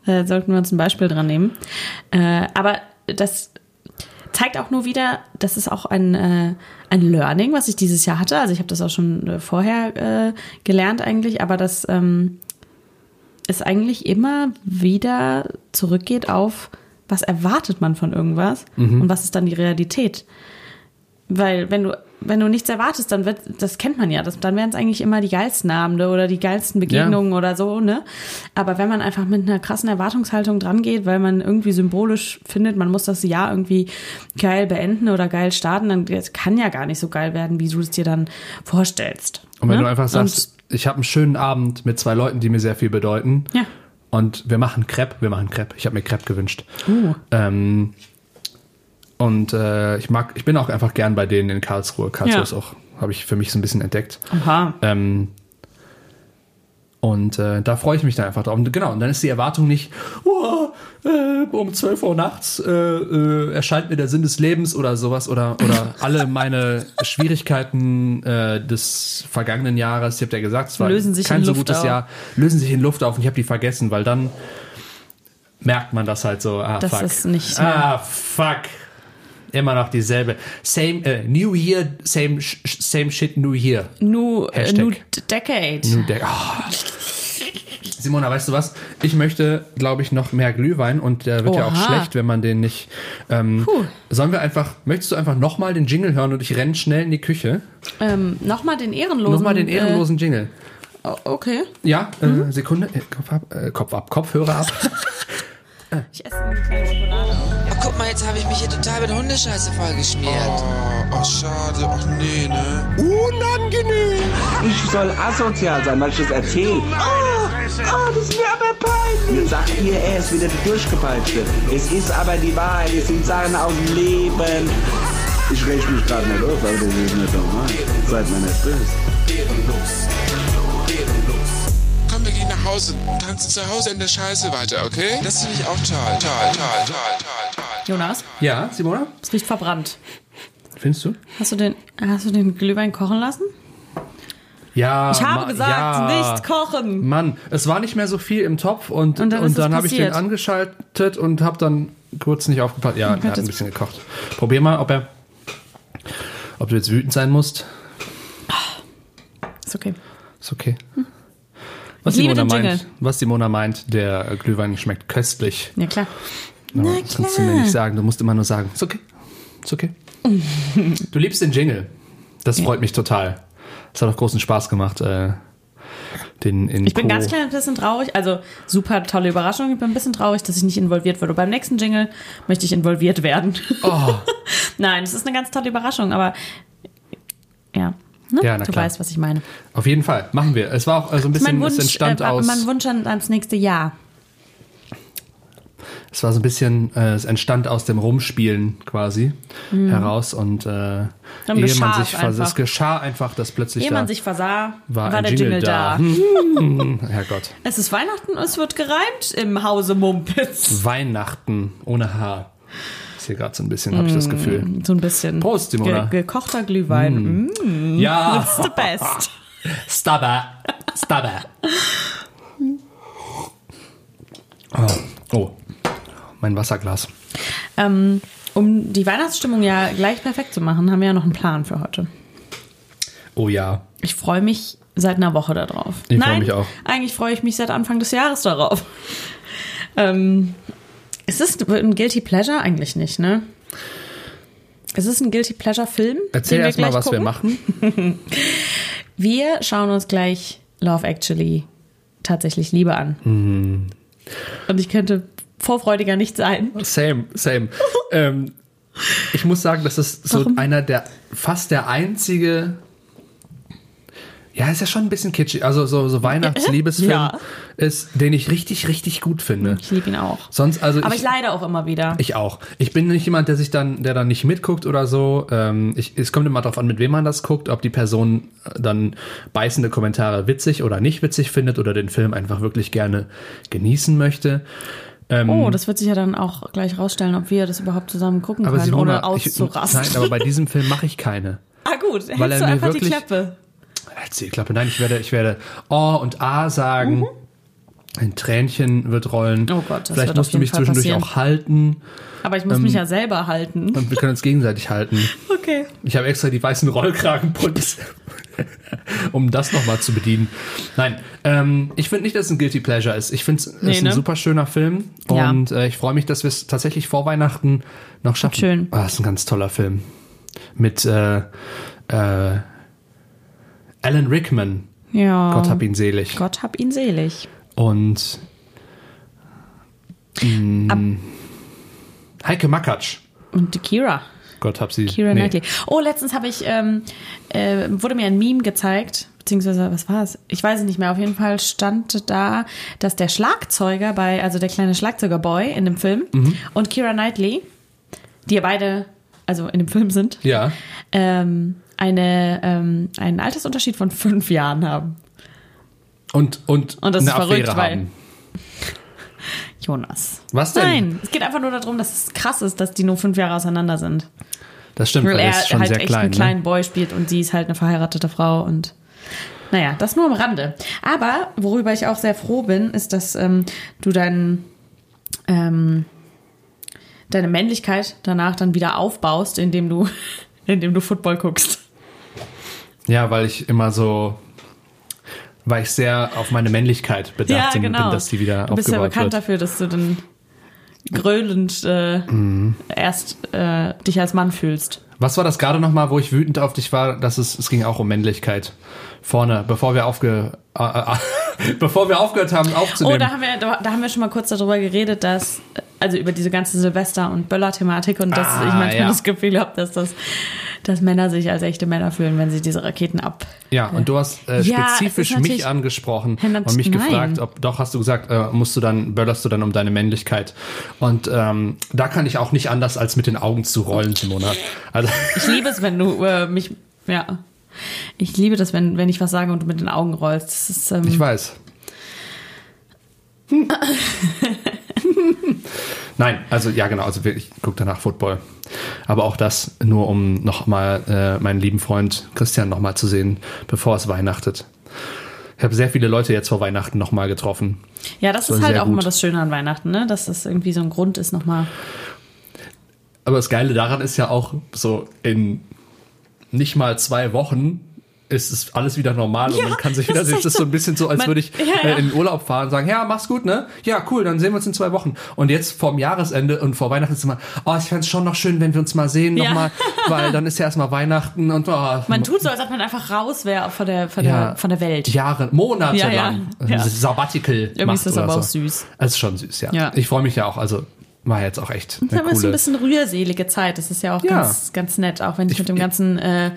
[SPEAKER 3] Da sollten wir uns ein Beispiel dran nehmen. Äh, aber das zeigt auch nur wieder, das ist auch ein, äh, ein Learning, was ich dieses Jahr hatte. Also ich habe das auch schon äh, vorher äh, gelernt eigentlich, aber dass ähm, es eigentlich immer wieder zurückgeht auf, was erwartet man von irgendwas
[SPEAKER 4] Mhm.
[SPEAKER 3] und was ist dann die Realität. Weil wenn du, wenn du nichts erwartest, dann wird, das kennt man ja, das, dann wären es eigentlich immer die geilsten Abende oder die geilsten Begegnungen oder so, ne? Aber wenn man einfach mit einer krassen Erwartungshaltung dran geht, weil man irgendwie symbolisch findet, man muss das Jahr irgendwie geil beenden oder geil starten, dann das kann ja gar nicht so geil werden, wie du es dir dann vorstellst.
[SPEAKER 4] Und wenn
[SPEAKER 3] ne?
[SPEAKER 4] du einfach sagst, ich habe einen schönen Abend mit zwei Leuten, die mir sehr viel bedeuten.
[SPEAKER 3] Ja.
[SPEAKER 4] Und wir machen Crepe, wir machen Crepe. Ich habe mir Crepe gewünscht.
[SPEAKER 3] Uh.
[SPEAKER 4] Ähm, und äh, ich mag, ich bin auch einfach gern bei denen in Karlsruhe. Karlsruhe
[SPEAKER 3] Ja.
[SPEAKER 4] ist auch, habe ich für mich so ein bisschen entdeckt.
[SPEAKER 3] Und, aha.
[SPEAKER 4] Ähm, und äh, da freue ich mich dann einfach drauf. Und genau, und dann ist die Erwartung nicht, oh, äh, um 12 Uhr nachts äh, äh, erscheint mir der Sinn des Lebens oder sowas oder, oder alle meine Schwierigkeiten äh, des vergangenen Jahres, ich habe ja gesagt, es war
[SPEAKER 3] Lösen sich
[SPEAKER 4] kein
[SPEAKER 3] in
[SPEAKER 4] so
[SPEAKER 3] Luft
[SPEAKER 4] gutes
[SPEAKER 3] auf.
[SPEAKER 4] Jahr, lösen sich in Luft auf und ich habe die vergessen, weil dann merkt man das halt so, ah,
[SPEAKER 3] Das
[SPEAKER 4] fuck.
[SPEAKER 3] ist nicht
[SPEAKER 4] ah, fuck. Immer noch dieselbe. Same, äh, New Year, same, sh- same shit, New Year.
[SPEAKER 3] New, äh,
[SPEAKER 4] Hashtag.
[SPEAKER 3] new Decade.
[SPEAKER 4] New Deck. Ah. Simona, weißt du was? Ich möchte, glaube ich, noch mehr Glühwein und der wird ja auch
[SPEAKER 3] Oha.
[SPEAKER 4] schlecht, wenn man den nicht. Ähm,
[SPEAKER 3] Puh.
[SPEAKER 4] sollen wir einfach, möchtest du einfach nochmal den Jingle hören und ich renne schnell in die Küche?
[SPEAKER 3] Ähm, Nochmal den ehrenlosen.
[SPEAKER 4] Nochmal den ehrenlosen Jingle.
[SPEAKER 3] Äh, o- okay.
[SPEAKER 4] Ja, äh,
[SPEAKER 3] Mhm.
[SPEAKER 4] Sekunde. Äh, Kopf ab, äh, Kopf ab, Kopfhörer ab.
[SPEAKER 3] Ich esse eine kleine Schokolade.
[SPEAKER 5] Ach, Oh, guck mal, jetzt habe ich mich hier total mit Hundescheiße vollgeschmiert.
[SPEAKER 6] Oh, oh, schade. Ach nee, ne?
[SPEAKER 7] Ich soll asozial sein, weil ich das erzähle. Ah, ah, das ist mir aber peinlich. Dann sagt ihr, er ist wieder die Durchgepeitschte. Es ist aber die Wahrheit, es sind Sachen aus dem Leben. Ich rech mich gerade nicht auf, aber das ist nicht normal. Seid mir nicht böse.
[SPEAKER 6] Komm, wir gehen nach Hause und tanzen zu Hause in der Scheiße weiter, okay? Das finde ich auch toll. Toll, toll, toll, toll, toll.
[SPEAKER 3] Jonas,
[SPEAKER 4] Ja, Simona?
[SPEAKER 3] es riecht verbrannt.
[SPEAKER 4] Findest du?
[SPEAKER 3] Hast du den, hast du den Glühwein kochen lassen?
[SPEAKER 4] Ja.
[SPEAKER 3] Ich habe
[SPEAKER 4] ma-
[SPEAKER 3] gesagt,
[SPEAKER 4] ja.
[SPEAKER 3] nicht kochen.
[SPEAKER 4] Mann, es war nicht mehr so viel im Topf und,
[SPEAKER 3] Und
[SPEAKER 4] und
[SPEAKER 3] dann
[SPEAKER 4] dann,
[SPEAKER 3] ist es
[SPEAKER 4] habe ich den
[SPEAKER 3] passiert. Oh
[SPEAKER 4] angeschaltet und habe dann kurz nicht aufgepasst. Ja, er hat ein
[SPEAKER 3] das-
[SPEAKER 4] bisschen gekocht. Probier mal, ob er, ob du jetzt wütend sein musst.
[SPEAKER 3] Ist okay.
[SPEAKER 4] Ist okay. Was
[SPEAKER 3] Ich Hm.
[SPEAKER 4] Simona
[SPEAKER 3] liebe den
[SPEAKER 4] meint,
[SPEAKER 3] Jingle.
[SPEAKER 4] was Simona meint, der Glühwein schmeckt köstlich.
[SPEAKER 3] Ja, klar.
[SPEAKER 4] Aber Das kannst du mir nicht sagen. Du musst immer nur sagen, ist okay, ist okay. du liebst den Jingle. Das freut mich total. Es hat auch großen Spaß gemacht, äh, den in
[SPEAKER 3] Ich bin
[SPEAKER 4] Co-
[SPEAKER 3] ganz klein ein bisschen traurig. Also, super tolle Überraschung. Ich bin ein bisschen traurig, dass ich nicht involviert wurde. Beim nächsten Jingle möchte ich involviert werden.
[SPEAKER 4] Oh.
[SPEAKER 3] Nein, es ist eine ganz tolle Überraschung, aber ja. Ne?
[SPEAKER 4] Ja, na
[SPEAKER 3] du
[SPEAKER 4] klar.
[SPEAKER 3] weißt, was ich meine.
[SPEAKER 4] Auf jeden Fall, machen wir. Es war auch äh, so ein bisschen,
[SPEAKER 3] Mein Wunsch,
[SPEAKER 4] es entstand
[SPEAKER 3] äh,
[SPEAKER 4] aus,
[SPEAKER 3] mein Wunsch an, ans nächste Jahr.
[SPEAKER 4] es war so ein bisschen, äh, es entstand aus dem Rumspielen quasi heraus und äh, ehe
[SPEAKER 3] Mhm. geschah
[SPEAKER 4] man sich
[SPEAKER 3] es
[SPEAKER 4] vers-
[SPEAKER 3] einfach.
[SPEAKER 4] es geschah einfach, dass plötzlich
[SPEAKER 3] Ehe
[SPEAKER 4] da
[SPEAKER 3] man sich versah,
[SPEAKER 4] war,
[SPEAKER 3] war,
[SPEAKER 4] ein
[SPEAKER 3] der Jingle, da.
[SPEAKER 4] Hm, Herrgott,
[SPEAKER 3] Es ist Weihnachten und es wird gereimt im Hause Mumpitz.
[SPEAKER 4] Weihnachten ohne Haar. Ist hier gerade so ein bisschen, habe ich
[SPEAKER 3] Mhm.
[SPEAKER 4] das Gefühl.
[SPEAKER 3] So ein bisschen.
[SPEAKER 4] Prost, Simona.
[SPEAKER 3] Ge gekochter Glühwein. Mm.
[SPEAKER 4] Ja,
[SPEAKER 3] It's the best.
[SPEAKER 4] Stabber, Stabber. Oh. mein Wasserglas.
[SPEAKER 3] Ähm, um die Weihnachtsstimmung ja gleich perfekt zu machen, haben wir ja noch einen Plan für heute.
[SPEAKER 4] Oh ja.
[SPEAKER 3] Ich freue mich seit einer Woche darauf.
[SPEAKER 4] Ich freu
[SPEAKER 3] Nein,
[SPEAKER 4] mich auch.
[SPEAKER 3] Eigentlich freue ich mich seit Anfang des Jahres darauf. Ähm, es ist ein Guilty Pleasure eigentlich nicht, ne? Es ist ein Guilty Pleasure Film.
[SPEAKER 4] Erzähl
[SPEAKER 3] den wir
[SPEAKER 4] erst mal,
[SPEAKER 3] gleich
[SPEAKER 4] was wir
[SPEAKER 3] gucken.
[SPEAKER 4] machen.
[SPEAKER 3] Wir schauen uns gleich Love Actually tatsächlich Liebe an.
[SPEAKER 4] Mhm.
[SPEAKER 3] Und ich könnte vorfreudiger nicht sein.
[SPEAKER 4] Same, same. ähm, ich muss sagen, das ist so
[SPEAKER 3] Warum?
[SPEAKER 4] einer der, fast der einzige. Ja, ist ja schon ein bisschen kitschig. Also so, so Weihnachtsliebesfilm
[SPEAKER 3] Ja.
[SPEAKER 4] ist, den ich richtig, richtig gut finde.
[SPEAKER 3] Ich liebe ihn auch.
[SPEAKER 4] Sonst, also
[SPEAKER 3] Aber ich leide auch immer wieder.
[SPEAKER 4] Ich auch. Ich bin nicht jemand, der sich dann, der dann nicht mitguckt oder so. Ähm, ich, es kommt immer darauf an, mit wem man das guckt, ob die Person äh, dann beißende Kommentare witzig oder nicht witzig findet oder den Film einfach wirklich gerne genießen möchte. Ähm,
[SPEAKER 3] Oh, das wird sich ja dann auch gleich rausstellen, ob wir das überhaupt zusammen gucken
[SPEAKER 4] Aber
[SPEAKER 3] können, ohne
[SPEAKER 4] Simona, ich,
[SPEAKER 3] auszurasten.
[SPEAKER 4] nein, aber bei diesem Film mache ich keine.
[SPEAKER 3] ah gut, hältst
[SPEAKER 4] weil er
[SPEAKER 3] du
[SPEAKER 4] mir
[SPEAKER 3] einfach die
[SPEAKER 4] wirklich-
[SPEAKER 3] Klappe.
[SPEAKER 4] Halt's die Klappe. Nein, ich werde, ich werde O und A sagen. Ein Tränchen wird rollen.
[SPEAKER 3] Mhm. Oh Gott, das
[SPEAKER 4] Vielleicht
[SPEAKER 3] wird auf
[SPEAKER 4] musst du
[SPEAKER 3] jeden
[SPEAKER 4] mich
[SPEAKER 3] Fall
[SPEAKER 4] zwischendurch
[SPEAKER 3] passieren.
[SPEAKER 4] auch halten
[SPEAKER 3] Aber ich muss
[SPEAKER 4] Ähm,
[SPEAKER 3] mich ja selber halten.
[SPEAKER 4] und wir können uns gegenseitig halten.
[SPEAKER 3] Okay.
[SPEAKER 4] Ich habe extra die weißen Rollkragenpullis, um das nochmal zu bedienen. Nein, ähm, ich finde nicht, dass es ein Guilty Pleasure ist. Ich finde es
[SPEAKER 3] Nee,
[SPEAKER 4] ist ein
[SPEAKER 3] ne?
[SPEAKER 4] super schöner Film
[SPEAKER 3] Ja.
[SPEAKER 4] und äh, ich freue mich, dass wir es tatsächlich vor Weihnachten noch schaffen.
[SPEAKER 3] Schön.
[SPEAKER 4] Ah, das ist ein ganz toller Film. Mit äh, äh, Alan Rickman,
[SPEAKER 3] Ja.
[SPEAKER 4] Gott hab ihn selig.
[SPEAKER 3] Oh. Gott hab ihn selig.
[SPEAKER 4] Und mh, Heike Makatsch,
[SPEAKER 3] Und die Kira.
[SPEAKER 4] Gott hab sie.
[SPEAKER 3] Kira
[SPEAKER 4] nee.
[SPEAKER 3] Knightley. Oh, letztens habe ich, ähm, äh, wurde mir ein Meme gezeigt, beziehungsweise, was war es? Ich weiß es nicht mehr. Auf jeden Fall stand da, dass der Schlagzeuger bei, also der kleine Schlagzeugerboy in dem Film
[SPEAKER 4] Mhm.
[SPEAKER 3] und Kira Knightley, die ja beide, also in dem Film sind,
[SPEAKER 4] Ja.
[SPEAKER 3] ähm, eine, ähm, einen Altersunterschied von fünf Jahren haben.
[SPEAKER 4] Und, und,
[SPEAKER 3] Und das
[SPEAKER 4] eine
[SPEAKER 3] ist verrückt,
[SPEAKER 4] Affäre
[SPEAKER 3] weil-
[SPEAKER 4] haben.
[SPEAKER 3] Jonas.
[SPEAKER 4] Was denn?
[SPEAKER 3] Nein, es geht einfach nur darum, dass es krass ist, dass die nur fünf Jahre auseinander sind.
[SPEAKER 4] Das stimmt,
[SPEAKER 3] Weil
[SPEAKER 4] weil er ist
[SPEAKER 3] er
[SPEAKER 4] schon
[SPEAKER 3] halt
[SPEAKER 4] sehr
[SPEAKER 3] echt
[SPEAKER 4] klein.
[SPEAKER 3] einen kleinen
[SPEAKER 4] ne?
[SPEAKER 3] Boy spielt und sie ist halt eine verheiratete Frau und naja, das nur am Rande. Aber worüber ich auch sehr froh bin, ist, dass ähm, du deinen ähm, deine Männlichkeit danach dann wieder aufbaust, indem du indem du Football guckst.
[SPEAKER 4] Ja, weil ich immer so, weil ich sehr auf meine Männlichkeit bedacht bin- bin, dass die wieder
[SPEAKER 3] genau. du bist ja
[SPEAKER 4] aufgebaut
[SPEAKER 3] bekannt
[SPEAKER 4] wird.
[SPEAKER 3] dafür, dass du dann grölend äh,
[SPEAKER 4] Mhm.
[SPEAKER 3] erst äh, dich als Mann fühlst.
[SPEAKER 4] Was war das gerade nochmal, wo ich wütend auf dich war? Das ist, es ging auch um Männlichkeit. Vorne, bevor wir aufge, äh, äh, bevor wir aufgehört haben
[SPEAKER 3] Oh,
[SPEAKER 4] aufzunehmen.
[SPEAKER 3] da haben, wir, da, da haben wir schon mal kurz darüber geredet, dass, also über diese ganze Silvester- und Böller-Thematik und dass
[SPEAKER 4] Ah,
[SPEAKER 3] ich manchmal
[SPEAKER 4] ja.
[SPEAKER 3] das Gefühl habe, dass, das, dass Männer sich als echte Männer fühlen, wenn sie diese Raketen ab.
[SPEAKER 4] ja, und du hast äh,
[SPEAKER 3] Ja, es
[SPEAKER 4] spezifisch
[SPEAKER 3] ist natürlich-
[SPEAKER 4] mich angesprochen
[SPEAKER 3] Ja, nat-
[SPEAKER 4] und mich
[SPEAKER 3] nein.
[SPEAKER 4] gefragt, ob doch hast du gesagt, äh, musst du dann, böllerst du dann um deine Männlichkeit. Und ähm, da kann ich auch nicht anders, als mit den Augen zu rollen, Simona. Also,
[SPEAKER 3] Ich liebe es, wenn du äh, mich, ja. Ich liebe das, wenn, wenn ich was sage und du mit den Augen rollst. Das ist, ähm,
[SPEAKER 4] Ich weiß. Nein, also ja genau, also wir- ich gucke danach Football. Aber auch das nur, um nochmal äh, meinen lieben Freund Christian nochmal zu sehen, bevor es weihnachtet. Ich habe sehr viele Leute jetzt vor Weihnachten nochmal getroffen.
[SPEAKER 3] ja, das
[SPEAKER 4] so
[SPEAKER 3] ist halt
[SPEAKER 4] sehr
[SPEAKER 3] auch immer
[SPEAKER 4] gut.
[SPEAKER 3] das Schöne an Weihnachten, ne? dass das irgendwie so ein Grund ist, nochmal.
[SPEAKER 4] Aber das Geile daran ist ja auch, so in nicht mal zwei Wochen ist es alles wieder normal und
[SPEAKER 3] Ja,
[SPEAKER 4] man kann sich
[SPEAKER 3] das
[SPEAKER 4] wieder
[SPEAKER 3] ist
[SPEAKER 4] sehen.
[SPEAKER 3] echt
[SPEAKER 4] Es ist so ein bisschen so, als
[SPEAKER 3] Man-
[SPEAKER 4] würde ich
[SPEAKER 3] Ja, ja.
[SPEAKER 4] Äh, in den Urlaub fahren und sagen, ja, mach's gut, ne? Ja, cool, dann sehen wir uns in zwei Wochen. Und jetzt vorm Jahresende und vor Weihnachten ist immer, oh, ich fänd's schon noch schön, wenn wir uns mal sehen
[SPEAKER 3] Ja.
[SPEAKER 4] nochmal, weil dann ist ja erstmal Weihnachten und oh,
[SPEAKER 3] Man tut so, als ob man einfach raus wäre von der, von,
[SPEAKER 4] ja,
[SPEAKER 3] der, von der Welt.
[SPEAKER 4] Jahre, Monate
[SPEAKER 3] Ja, ja,
[SPEAKER 4] lang.
[SPEAKER 3] ja.
[SPEAKER 4] Sabbatical. Irgendwie macht
[SPEAKER 3] ist das
[SPEAKER 4] oder
[SPEAKER 3] aber
[SPEAKER 4] so.
[SPEAKER 3] auch süß.
[SPEAKER 4] Es ist schon süß, ja.
[SPEAKER 3] Ja.
[SPEAKER 4] Ich freue mich ja auch, also war jetzt auch echt
[SPEAKER 3] Das
[SPEAKER 4] eine
[SPEAKER 3] ist so ein
[SPEAKER 4] coole...
[SPEAKER 3] bisschen rührselige Zeit. Das ist ja auch
[SPEAKER 4] Ja.
[SPEAKER 3] Ganz, ganz nett, auch wenn ich,
[SPEAKER 4] Ich-
[SPEAKER 3] mit dem ganzen äh,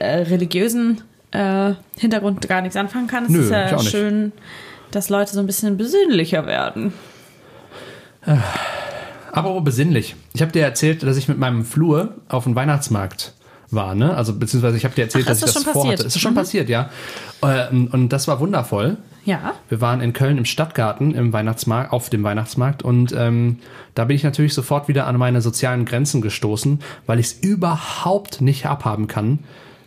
[SPEAKER 3] äh, religiösen äh, Hintergrund gar nichts anfangen kann. Es
[SPEAKER 4] Nö,
[SPEAKER 3] ist
[SPEAKER 4] ich
[SPEAKER 3] ja
[SPEAKER 4] auch nicht.
[SPEAKER 3] schön, dass Leute so ein bisschen besinnlicher werden.
[SPEAKER 4] Aber besinnlich. Ich habe dir erzählt, dass ich mit meinem Flur auf dem Weihnachtsmarkt war, ne? Also beziehungsweise ich habe dir erzählt,
[SPEAKER 3] Ach,
[SPEAKER 4] dass
[SPEAKER 3] ist
[SPEAKER 4] ich
[SPEAKER 3] das
[SPEAKER 4] das
[SPEAKER 3] schon
[SPEAKER 4] vorhatte.
[SPEAKER 3] passiert? Mhm.
[SPEAKER 4] Es ist schon passiert, ja. Äh, Und das war wundervoll.
[SPEAKER 3] Ja.
[SPEAKER 4] Wir waren in Köln im Stadtgarten im Weihnachtsmarkt, auf dem Weihnachtsmarkt und ähm, da bin ich natürlich sofort wieder an meine sozialen Grenzen gestoßen, weil ich es überhaupt nicht abhaben kann,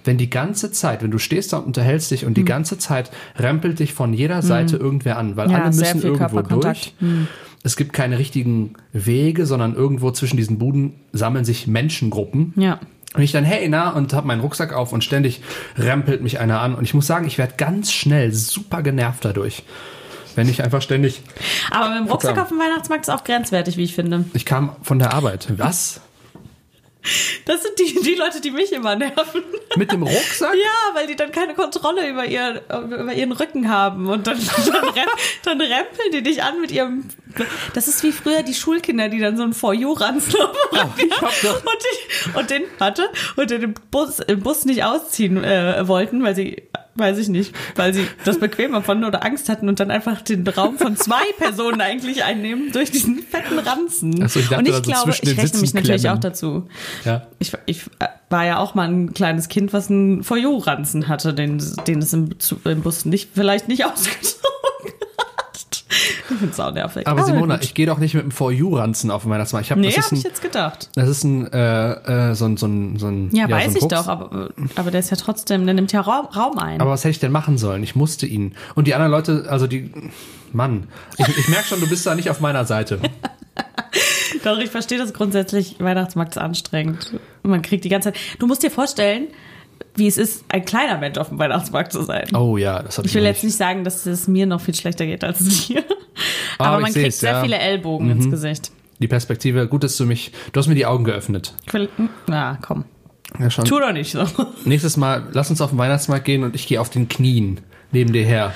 [SPEAKER 4] wenn die ganze Zeit, wenn du stehst da und unterhältst dich
[SPEAKER 3] Mhm.
[SPEAKER 4] und die ganze Zeit rempelt dich von jeder Seite irgendwer an, weil
[SPEAKER 3] Ja,
[SPEAKER 4] alle
[SPEAKER 3] sehr
[SPEAKER 4] müssen
[SPEAKER 3] viel
[SPEAKER 4] irgendwo
[SPEAKER 3] Körperkontakt. Mhm.
[SPEAKER 4] durch. es gibt keine richtigen Wege, sondern irgendwo zwischen diesen Buden sammeln sich Menschengruppen.
[SPEAKER 3] Ja.
[SPEAKER 4] Und ich dann, hey, na, und hab meinen Rucksack auf und ständig rempelt mich einer an. Und ich muss sagen, ich werde ganz schnell super genervt dadurch. Wenn ich einfach ständig,
[SPEAKER 3] Aber mit dem Rucksack
[SPEAKER 4] Verdammt.
[SPEAKER 3] auf dem Weihnachtsmarkt ist auch grenzwertig, wie ich finde.
[SPEAKER 4] ich kam von der Arbeit. Was?
[SPEAKER 3] Das sind die, die Leute, die mich immer nerven.
[SPEAKER 4] Mit dem Rucksack?
[SPEAKER 3] Ja, weil die dann keine Kontrolle über, ihr, über ihren Rücken haben und dann, dann, rem, dann rempeln die dich an mit ihrem. Das ist wie früher die Schulkinder, die dann so ein Vorjuranslaufen
[SPEAKER 4] Oh, hab doch-
[SPEAKER 3] und, die, und den hatte und den im Bus, im Bus nicht ausziehen äh, wollten, weil sie weiß ich nicht, weil sie das bequemer fanden oder Angst hatten und dann einfach den Raum von zwei Personen eigentlich einnehmen durch diesen fetten Ranzen.
[SPEAKER 4] Ach so, ich dachte,
[SPEAKER 3] und ich
[SPEAKER 4] also
[SPEAKER 3] glaube,
[SPEAKER 4] zwischen den
[SPEAKER 3] ich rechne mich
[SPEAKER 4] Sitzen
[SPEAKER 3] natürlich
[SPEAKER 4] klemmen.
[SPEAKER 3] auch dazu.
[SPEAKER 4] Ja.
[SPEAKER 3] Ich, ich äh, war ja auch mal ein kleines Kind, was einen Foyer-Ranzen hatte, den, den es im, Zu- im Bus nicht, vielleicht nicht ausgezogen hat. Ich find's auch nervig.
[SPEAKER 4] Aber Simona,
[SPEAKER 3] Ah, gut.
[SPEAKER 4] ich gehe doch nicht mit dem For You-Ranzen auf dem Weihnachtsmarkt. Ich hab,
[SPEAKER 3] Nee,
[SPEAKER 4] das ist
[SPEAKER 3] hab
[SPEAKER 4] ein,
[SPEAKER 3] ich jetzt gedacht.
[SPEAKER 4] Das ist ein, äh, äh, so ein, so ein, so ein
[SPEAKER 3] Ja,
[SPEAKER 4] so ein
[SPEAKER 3] weiß ich
[SPEAKER 4] Koks.
[SPEAKER 3] doch, aber, aber der ist ja trotzdem, der nimmt ja Raum, Raum ein.
[SPEAKER 4] Aber was hätte ich denn machen sollen? Ich musste ihn. Und die anderen Leute, also die, Mann, ich, ich merke schon, du bist da nicht auf meiner Seite.
[SPEAKER 3] Doch, ich verstehe das grundsätzlich. Weihnachtsmarkt ist anstrengend. Und man kriegt die ganze Zeit. Du musst dir vorstellen, wie es ist, ein kleiner Mensch auf dem Weihnachtsmarkt zu sein.
[SPEAKER 4] Oh ja, das hatte ich,
[SPEAKER 3] Ich will
[SPEAKER 4] noch
[SPEAKER 3] jetzt nicht sagen, dass es mir noch viel schlechter geht als dir.
[SPEAKER 4] Aber
[SPEAKER 3] Aber,
[SPEAKER 4] Ah, ich
[SPEAKER 3] man
[SPEAKER 4] seh's,
[SPEAKER 3] kriegt sehr
[SPEAKER 4] ja. Mhm.
[SPEAKER 3] viele Ellbogen ins Gesicht.
[SPEAKER 4] Die Perspektive, gut, dass du mich, du hast mir die Augen geöffnet.
[SPEAKER 3] Ich will, hm, na, komm.
[SPEAKER 4] Ja, schon.
[SPEAKER 3] Tu doch nicht so.
[SPEAKER 4] Nächstes Mal, lass uns auf den Weihnachtsmarkt gehen und ich gehe auf den Knien neben dir her.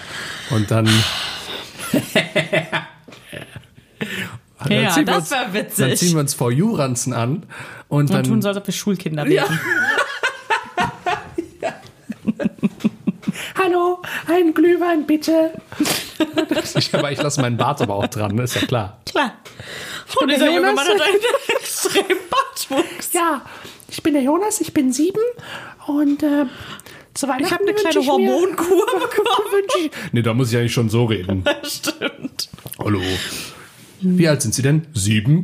[SPEAKER 4] Und dann. Und
[SPEAKER 3] Ja,
[SPEAKER 4] ziehen wir
[SPEAKER 3] das
[SPEAKER 4] uns-
[SPEAKER 3] wär witzig.
[SPEAKER 4] Dann ziehen wir uns For You-Ranzen an und
[SPEAKER 3] Man
[SPEAKER 4] dann.
[SPEAKER 3] tun soll, als ob wir Schulkinder wären.
[SPEAKER 4] Hallo, einen Glühwein bitte. ich, aber ich lasse meinen Bart aber auch dran, ne? ist ja klar.
[SPEAKER 3] Klar. Und dieser junge Mann hat einen extremen Bartwuchs.
[SPEAKER 4] Ja, ich bin der Jonas, ich bin sieben und
[SPEAKER 3] ähm,
[SPEAKER 4] äh, zu Weihnachten
[SPEAKER 3] Ich habe eine kleine Hormonkur bekommen.
[SPEAKER 4] Nee, da muss ich eigentlich schon so reden.
[SPEAKER 3] Stimmt.
[SPEAKER 4] Hallo. Wie alt sind Sie denn? Sieben?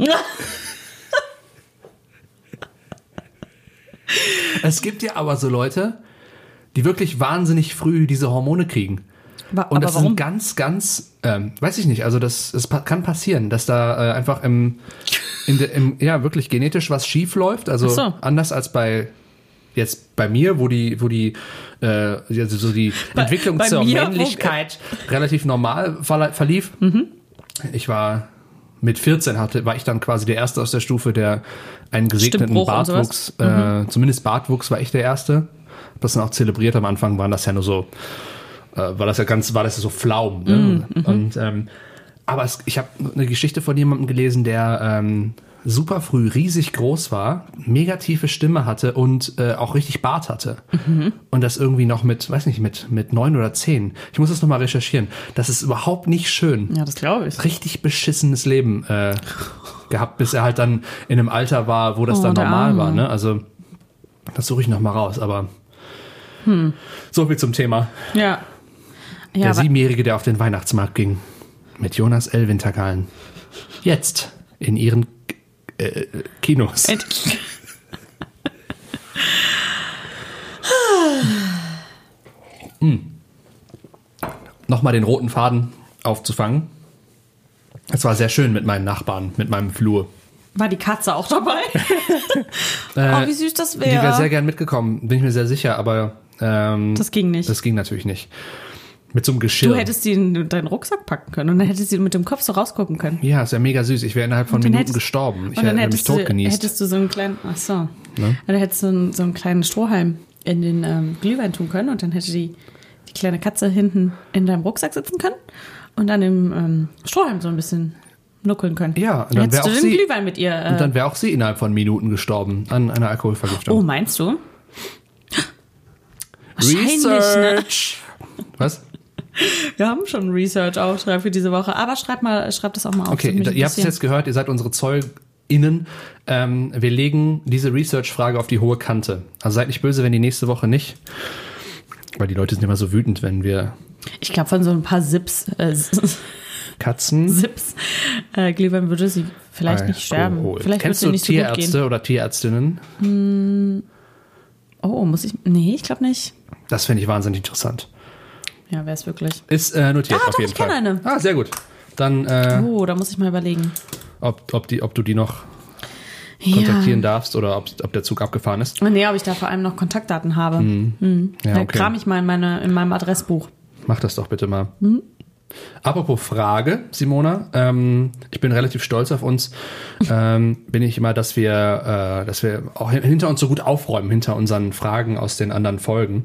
[SPEAKER 4] es gibt ja aber so Leute, die wirklich wahnsinnig früh diese Hormone kriegen.
[SPEAKER 3] Wa-
[SPEAKER 4] Und
[SPEAKER 3] aber
[SPEAKER 4] das
[SPEAKER 3] warum?
[SPEAKER 4] sind ganz, ganz, ähm, weiß ich nicht, also das, das pa- kann passieren, dass da äh, einfach im, in de, im, ja, wirklich genetisch was schief läuft. Also
[SPEAKER 3] Ach so.
[SPEAKER 4] anders als bei jetzt bei mir, wo die, wo die, äh, also so die Entwicklung
[SPEAKER 3] bei
[SPEAKER 4] zur
[SPEAKER 3] mir, wo- Mhm.
[SPEAKER 4] Männlichkeit relativ normal verla- verlief. Ich war mit 14 hatte, war ich dann quasi der Erste aus der Stufe, der einen gesegneten
[SPEAKER 3] Stimmbruch und sowas. Mhm.
[SPEAKER 4] Bartwuchs, äh, zumindest Bartwuchs war ich der Erste. Hab Das dann auch zelebriert. Am Anfang waren das ja nur so, äh, war das ja ganz, war das ja so Pflaumen.
[SPEAKER 3] Mm,
[SPEAKER 4] Ne?
[SPEAKER 3] mhm.
[SPEAKER 4] Und ähm, aber es, ich habe eine Geschichte von jemandem gelesen, der ähm, super früh riesig groß war, mega tiefe Stimme hatte und äh, auch richtig Bart hatte.
[SPEAKER 3] Mhm.
[SPEAKER 4] Und das irgendwie noch mit, weiß nicht, mit, mit neun oder zehn. Ich muss das nochmal recherchieren. Das ist überhaupt nicht schön
[SPEAKER 3] Ja, das glaube ich.
[SPEAKER 4] richtig beschissenes Leben äh, gehabt, bis er halt dann in einem Alter war, wo das
[SPEAKER 3] Oh,
[SPEAKER 4] dann
[SPEAKER 3] der
[SPEAKER 4] normal
[SPEAKER 3] Arme.
[SPEAKER 4] war. Ne? Also das suche ich noch mal raus. Aber
[SPEAKER 3] Hm.
[SPEAKER 4] so viel zum Thema.
[SPEAKER 3] Ja. Ja,
[SPEAKER 4] der
[SPEAKER 3] aber,
[SPEAKER 4] Siebenjährige, der auf den Weihnachtsmarkt ging, mit Jonas L. Wintergalen. Jetzt in ihren äh, Kinos. Hm. nochmal den roten Faden aufzufangen. Es war sehr schön mit meinen Nachbarn, mit meinem Flur.
[SPEAKER 3] war die Katze auch dabei? oh, wie süß das
[SPEAKER 4] Äh, Die wäre sehr
[SPEAKER 3] wäre.
[SPEAKER 4] gern mitgekommen, bin ich mir sehr sicher, aber ähm,
[SPEAKER 3] Das ging nicht.
[SPEAKER 4] das ging natürlich nicht. Mit so einem Geschirr.
[SPEAKER 3] Du hättest sie in deinen Rucksack packen können und dann hättest du sie mit dem Kopf so rausgucken können.
[SPEAKER 4] ja, ist ja mega süß. Ich wäre innerhalb von
[SPEAKER 3] Dann
[SPEAKER 4] Minuten
[SPEAKER 3] hättest-
[SPEAKER 4] gestorben. Ich
[SPEAKER 3] und dann
[SPEAKER 4] hätte Ne? mich
[SPEAKER 3] hättest du,
[SPEAKER 4] tot genießt.
[SPEAKER 3] hättest du so einen kleinen, ach so, dann hättest du so einen, so einen kleinen Strohhalm in den ähm, Glühwein tun können und dann hätte die, die kleine Katze hinten in deinem Rucksack sitzen können und an dem ähm, Strohhalm so ein bisschen nuckeln können.
[SPEAKER 4] Ja, und dann wär
[SPEAKER 3] hättest du
[SPEAKER 4] auch
[SPEAKER 3] den
[SPEAKER 4] sie-
[SPEAKER 3] Glühwein mit ihr.
[SPEAKER 4] Und
[SPEAKER 3] Äh,
[SPEAKER 4] dann wäre auch sie innerhalb von Minuten gestorben an einer Alkoholvergiftung.
[SPEAKER 3] oh, meinst du? wahrscheinlich, ne?
[SPEAKER 4] Research! Was?
[SPEAKER 3] Wir haben schon Research-Auftrag für diese Woche, aber schreib mal, schreib das auch mal auf.
[SPEAKER 4] Okay,
[SPEAKER 3] das würde mich
[SPEAKER 4] ihr habt es
[SPEAKER 3] interessieren.
[SPEAKER 4] jetzt gehört, ihr seid unsere ZeugInnen. Ähm, wir legen diese Research-Frage auf die hohe Kante. Also seid nicht böse, wenn die nächste Woche nicht. Weil die Leute sind immer so wütend, wenn wir
[SPEAKER 3] Ich glaube, von so ein paar Sips, äh,
[SPEAKER 4] Katzen.
[SPEAKER 3] Sips äh, Glühwein würde sie vielleicht nicht sterben.
[SPEAKER 4] Alkohol.
[SPEAKER 3] Vielleicht würde
[SPEAKER 4] Kennst
[SPEAKER 3] sie
[SPEAKER 4] du
[SPEAKER 3] nicht so gut
[SPEAKER 4] Tierärzte
[SPEAKER 3] gehen.
[SPEAKER 4] oder Tierärztinnen?
[SPEAKER 3] Oh, muss ich. Nee, ich glaube nicht.
[SPEAKER 4] Das finde ich wahnsinnig interessant.
[SPEAKER 3] Ja, wäre es wirklich.
[SPEAKER 4] Ist äh, notiert
[SPEAKER 3] Ah,
[SPEAKER 4] auf
[SPEAKER 3] doch,
[SPEAKER 4] jeden
[SPEAKER 3] ich kenn
[SPEAKER 4] Fall.
[SPEAKER 3] eine.
[SPEAKER 4] Ah, sehr gut. dann, äh,
[SPEAKER 3] Oh, da muss ich mal überlegen.
[SPEAKER 4] ob, ob, die, ob du die noch kontaktieren darfst oder ob, ob der Zug abgefahren ist.
[SPEAKER 3] ja. Nee, ob ich da vor allem noch Kontaktdaten habe.
[SPEAKER 4] Hm.
[SPEAKER 3] Hm.
[SPEAKER 4] Ja,
[SPEAKER 3] Da
[SPEAKER 4] okay.
[SPEAKER 3] kram ich mal in, meine, in meinem Adressbuch.
[SPEAKER 4] Mach das doch bitte mal. Apropos Frage, Simona, ähm, ich bin relativ stolz auf uns. Ähm, bin ich immer, dass wir, äh, dass wir auch hin- hinter uns so gut aufräumen, hinter unseren Fragen aus den anderen Folgen.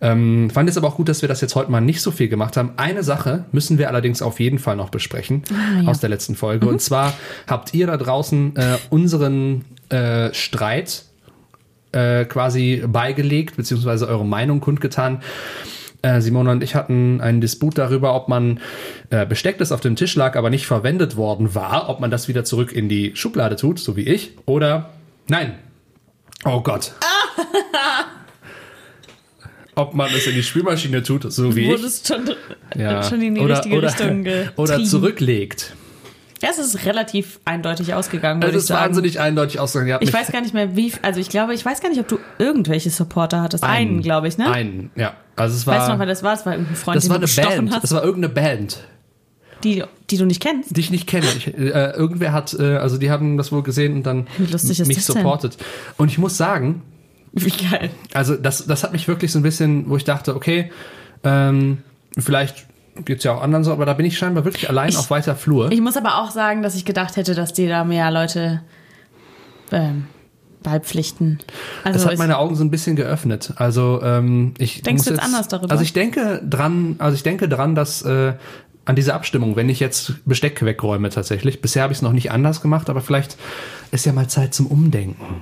[SPEAKER 4] Ähm, fand es aber auch gut, dass wir das jetzt heute mal nicht so viel gemacht haben. Eine Sache müssen wir allerdings auf jeden Fall noch besprechen aus der letzten Folge. Und zwar habt ihr da draußen äh, unseren äh, Streit äh, quasi beigelegt, beziehungsweise eure Meinung kundgetan. Äh, Simone und ich hatten einen Disput darüber, ob man äh, Besteck, das auf dem Tisch lag, aber nicht verwendet worden war, ob man das wieder zurück in die Schublade tut, so wie ich, oder nein. Oh Gott. ob man es in die Spülmaschine tut, so wie ich.
[SPEAKER 3] Wurdest schon,
[SPEAKER 4] Ja.
[SPEAKER 3] schon in die
[SPEAKER 4] oder,
[SPEAKER 3] richtige
[SPEAKER 4] oder,
[SPEAKER 3] Richtung getrieben.
[SPEAKER 4] Oder zurücklegt.
[SPEAKER 3] Ja, es ist relativ eindeutig ausgegangen,
[SPEAKER 4] Das
[SPEAKER 3] würde ich
[SPEAKER 4] ist
[SPEAKER 3] sagen.
[SPEAKER 4] wahnsinnig eindeutig ausgegangen. Ihr habt
[SPEAKER 3] Ich
[SPEAKER 4] mich-
[SPEAKER 3] weiß gar nicht mehr, wie. Also ich glaube, ich weiß gar nicht, ob du irgendwelche Supporter hattest. Einen, glaube ich, ne?
[SPEAKER 4] Einen, ja. Also es war,
[SPEAKER 3] Weißt du noch, wer das war? Es war irgendein Freund,
[SPEAKER 4] das
[SPEAKER 3] den
[SPEAKER 4] war
[SPEAKER 3] du
[SPEAKER 4] eine
[SPEAKER 3] gestochen
[SPEAKER 4] Band.
[SPEAKER 3] hast,
[SPEAKER 4] Das war irgendeine Band.
[SPEAKER 3] die, die du nicht kennst.
[SPEAKER 4] die ich nicht kenne. Ich, äh, irgendwer hat, äh, also die haben das wohl gesehen und dann
[SPEAKER 3] Wie lustig ist
[SPEAKER 4] mich
[SPEAKER 3] das denn?
[SPEAKER 4] supportet. Und ich muss sagen,
[SPEAKER 3] Wie geil.
[SPEAKER 4] also das, das hat mich wirklich so ein bisschen, wo ich dachte, okay, ähm, vielleicht gibt es ja auch anderen so, aber da bin ich scheinbar wirklich allein auf weiter Flur.
[SPEAKER 3] Ich muss aber auch sagen, dass ich gedacht hätte, dass dir da mehr Leute ähm, beipflichten. Also
[SPEAKER 4] das hat
[SPEAKER 3] ich-
[SPEAKER 4] meine Augen so ein bisschen geöffnet. Also ähm, ich
[SPEAKER 3] Denkst
[SPEAKER 4] muss
[SPEAKER 3] du jetzt anders darüber?
[SPEAKER 4] Also ich denke dran, also ich denke dran, dass äh, an diese Abstimmung, wenn ich jetzt Besteck wegräume tatsächlich. Bisher habe ich es noch nicht anders gemacht, aber vielleicht ist ja mal Zeit zum Umdenken.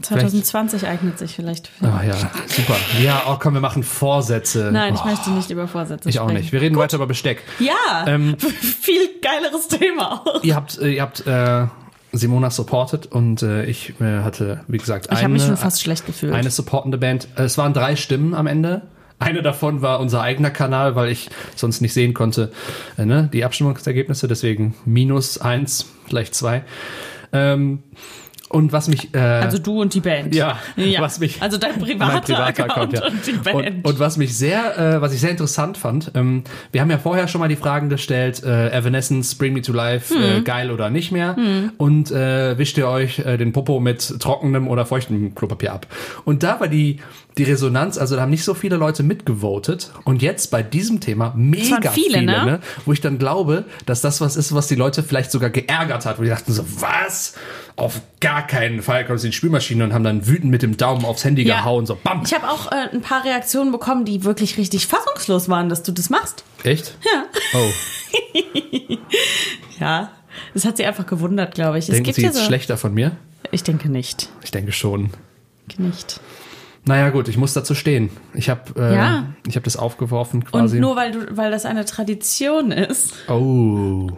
[SPEAKER 3] 2020 eignet sich vielleicht. Für.
[SPEAKER 4] Ah ja, super. Ja, oh, komm, wir machen Vorsätze.
[SPEAKER 3] Nein, ich
[SPEAKER 4] oh,
[SPEAKER 3] möchte nicht über Vorsätze
[SPEAKER 4] ich auch
[SPEAKER 3] sprechen.
[SPEAKER 4] nicht. Wir reden weiter über Besteck.
[SPEAKER 3] Ja,
[SPEAKER 4] Ähm.
[SPEAKER 3] viel geileres Thema auch.
[SPEAKER 4] Ihr habt, äh, ihr habt äh, Simona supported und äh, ich äh, hatte, wie gesagt, eine,
[SPEAKER 3] Ich habe mich schon fast schlecht gefühlt.
[SPEAKER 4] eine supportende Band. Äh, Es waren drei Stimmen am Ende. Eine davon war unser eigener Kanal, weil ich sonst nicht sehen konnte, äh, ne, die Abstimmungsergebnisse. Deswegen minus eins, vielleicht zwei. Ähm, und was mich äh,
[SPEAKER 3] also du und die Band.
[SPEAKER 4] Ja, was mich-
[SPEAKER 3] also dein privater,
[SPEAKER 4] mein privater Account,
[SPEAKER 3] Account
[SPEAKER 4] ja.
[SPEAKER 3] und die Band.
[SPEAKER 4] Und, und was mich sehr, äh, was ich sehr interessant fand, ähm, wir haben ja vorher schon mal die Fragen gestellt, äh, Evanescence, Bring Me to Life, äh,
[SPEAKER 3] Mhm.
[SPEAKER 4] geil oder nicht mehr. Und äh, wischt ihr euch äh, den Popo mit trockenem oder feuchtem Klopapier ab. Und da war die, die Resonanz, also da haben nicht so viele Leute mitgevotet. Und jetzt bei diesem Thema mega
[SPEAKER 3] waren viele,
[SPEAKER 4] viele,
[SPEAKER 3] ne?
[SPEAKER 4] ne? wo ich dann glaube, dass das was ist, was die Leute vielleicht sogar geärgert hat, wo die dachten so, was? Auf gar keinen Fall kommt es in die Spülmaschine und haben dann wütend mit dem Daumen aufs Handy gehauen, so bam.
[SPEAKER 3] Ich habe auch äh, ein paar Reaktionen bekommen, die wirklich richtig fassungslos waren, dass du das machst.
[SPEAKER 4] Echt? Ja. Oh,
[SPEAKER 3] Ja. Das hat sie einfach gewundert, glaube ich. es
[SPEAKER 4] denken
[SPEAKER 3] gibt
[SPEAKER 4] Sie
[SPEAKER 3] ja
[SPEAKER 4] jetzt
[SPEAKER 3] so.
[SPEAKER 4] schlechter von mir?
[SPEAKER 3] Ich denke nicht.
[SPEAKER 4] Ich denke schon.
[SPEAKER 3] Ich denke Nicht.
[SPEAKER 4] Naja gut, ich muss dazu stehen. Ich habe äh,
[SPEAKER 3] Ja.
[SPEAKER 4] ich hab das aufgeworfen
[SPEAKER 3] Und
[SPEAKER 4] quasi.
[SPEAKER 3] nur weil du, weil das eine Tradition ist,
[SPEAKER 4] oh.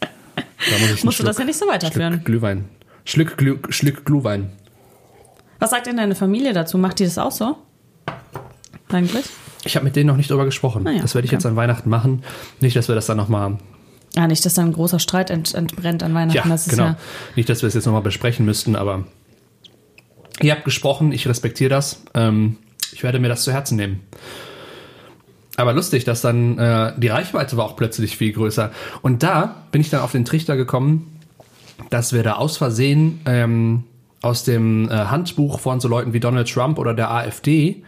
[SPEAKER 4] Da muss ich einen
[SPEAKER 3] musst du das
[SPEAKER 4] Schluck-
[SPEAKER 3] ja nicht so weiterführen.
[SPEAKER 4] Schluck Glühwein. Schluck, Glüh, Schluck Glühwein.
[SPEAKER 3] Was sagt denn deine Familie dazu? Macht die das auch so? Eigentlich?
[SPEAKER 4] Ich habe mit denen noch nicht drüber gesprochen.
[SPEAKER 3] Ah ja,
[SPEAKER 4] das werde ich
[SPEAKER 3] okay.
[SPEAKER 4] jetzt an Weihnachten machen. Nicht, dass wir das dann nochmal
[SPEAKER 3] Ja, nicht, dass da ein großer Streit ent, entbrennt an Weihnachten.
[SPEAKER 4] Ja,
[SPEAKER 3] das ist
[SPEAKER 4] genau.
[SPEAKER 3] ja.
[SPEAKER 4] Nicht, dass wir es jetzt nochmal besprechen müssten, aber ihr habt gesprochen, ich respektiere das. Ähm, ich werde mir das zu Herzen nehmen. Aber lustig, dass dann äh, die Reichweite war auch plötzlich viel größer. Und da bin ich dann auf den Trichter gekommen, dass wir da aus Versehen ähm, aus dem äh, Handbuch von so Leuten wie Donald Trump oder der AfD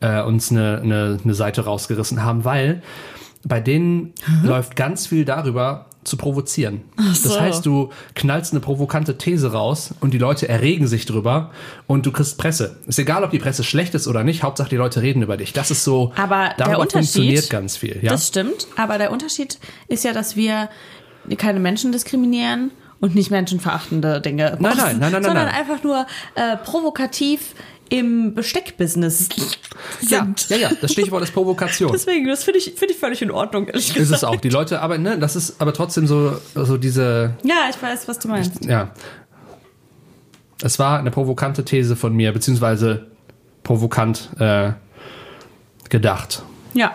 [SPEAKER 4] äh, uns eine, eine, eine Seite rausgerissen haben, weil bei denen läuft ganz viel darüber zu provozieren. Das
[SPEAKER 3] so.
[SPEAKER 4] heißt, du knallst eine provokante These raus und die Leute erregen sich drüber und du kriegst Presse. Ist egal, ob die Presse schlecht ist oder nicht, Hauptsache die Leute reden über dich. Das ist so,
[SPEAKER 3] Aber der
[SPEAKER 4] darüber
[SPEAKER 3] Unterschied-
[SPEAKER 4] funktioniert ganz viel. Ja?
[SPEAKER 3] Das stimmt, aber der Unterschied ist ja, dass wir keine Menschen diskriminieren und nicht menschenverachtende Dinge machen,
[SPEAKER 4] nein, nein, nein, nein,
[SPEAKER 3] sondern
[SPEAKER 4] nein.
[SPEAKER 3] einfach nur äh, provokativ im Besteckbusiness
[SPEAKER 4] ja,
[SPEAKER 3] sind.
[SPEAKER 4] ja, ja, das Stichwort ist Provokation.
[SPEAKER 3] Deswegen, das finde ich, find ich völlig in Ordnung, ehrlich gesagt.
[SPEAKER 4] ist es auch. Die Leute, aber ne, das ist aber trotzdem so, so diese,
[SPEAKER 3] Ja, ich weiß, was du meinst.
[SPEAKER 4] ja. Es war eine provokante These von mir, beziehungsweise provokant äh, gedacht.
[SPEAKER 3] Ja.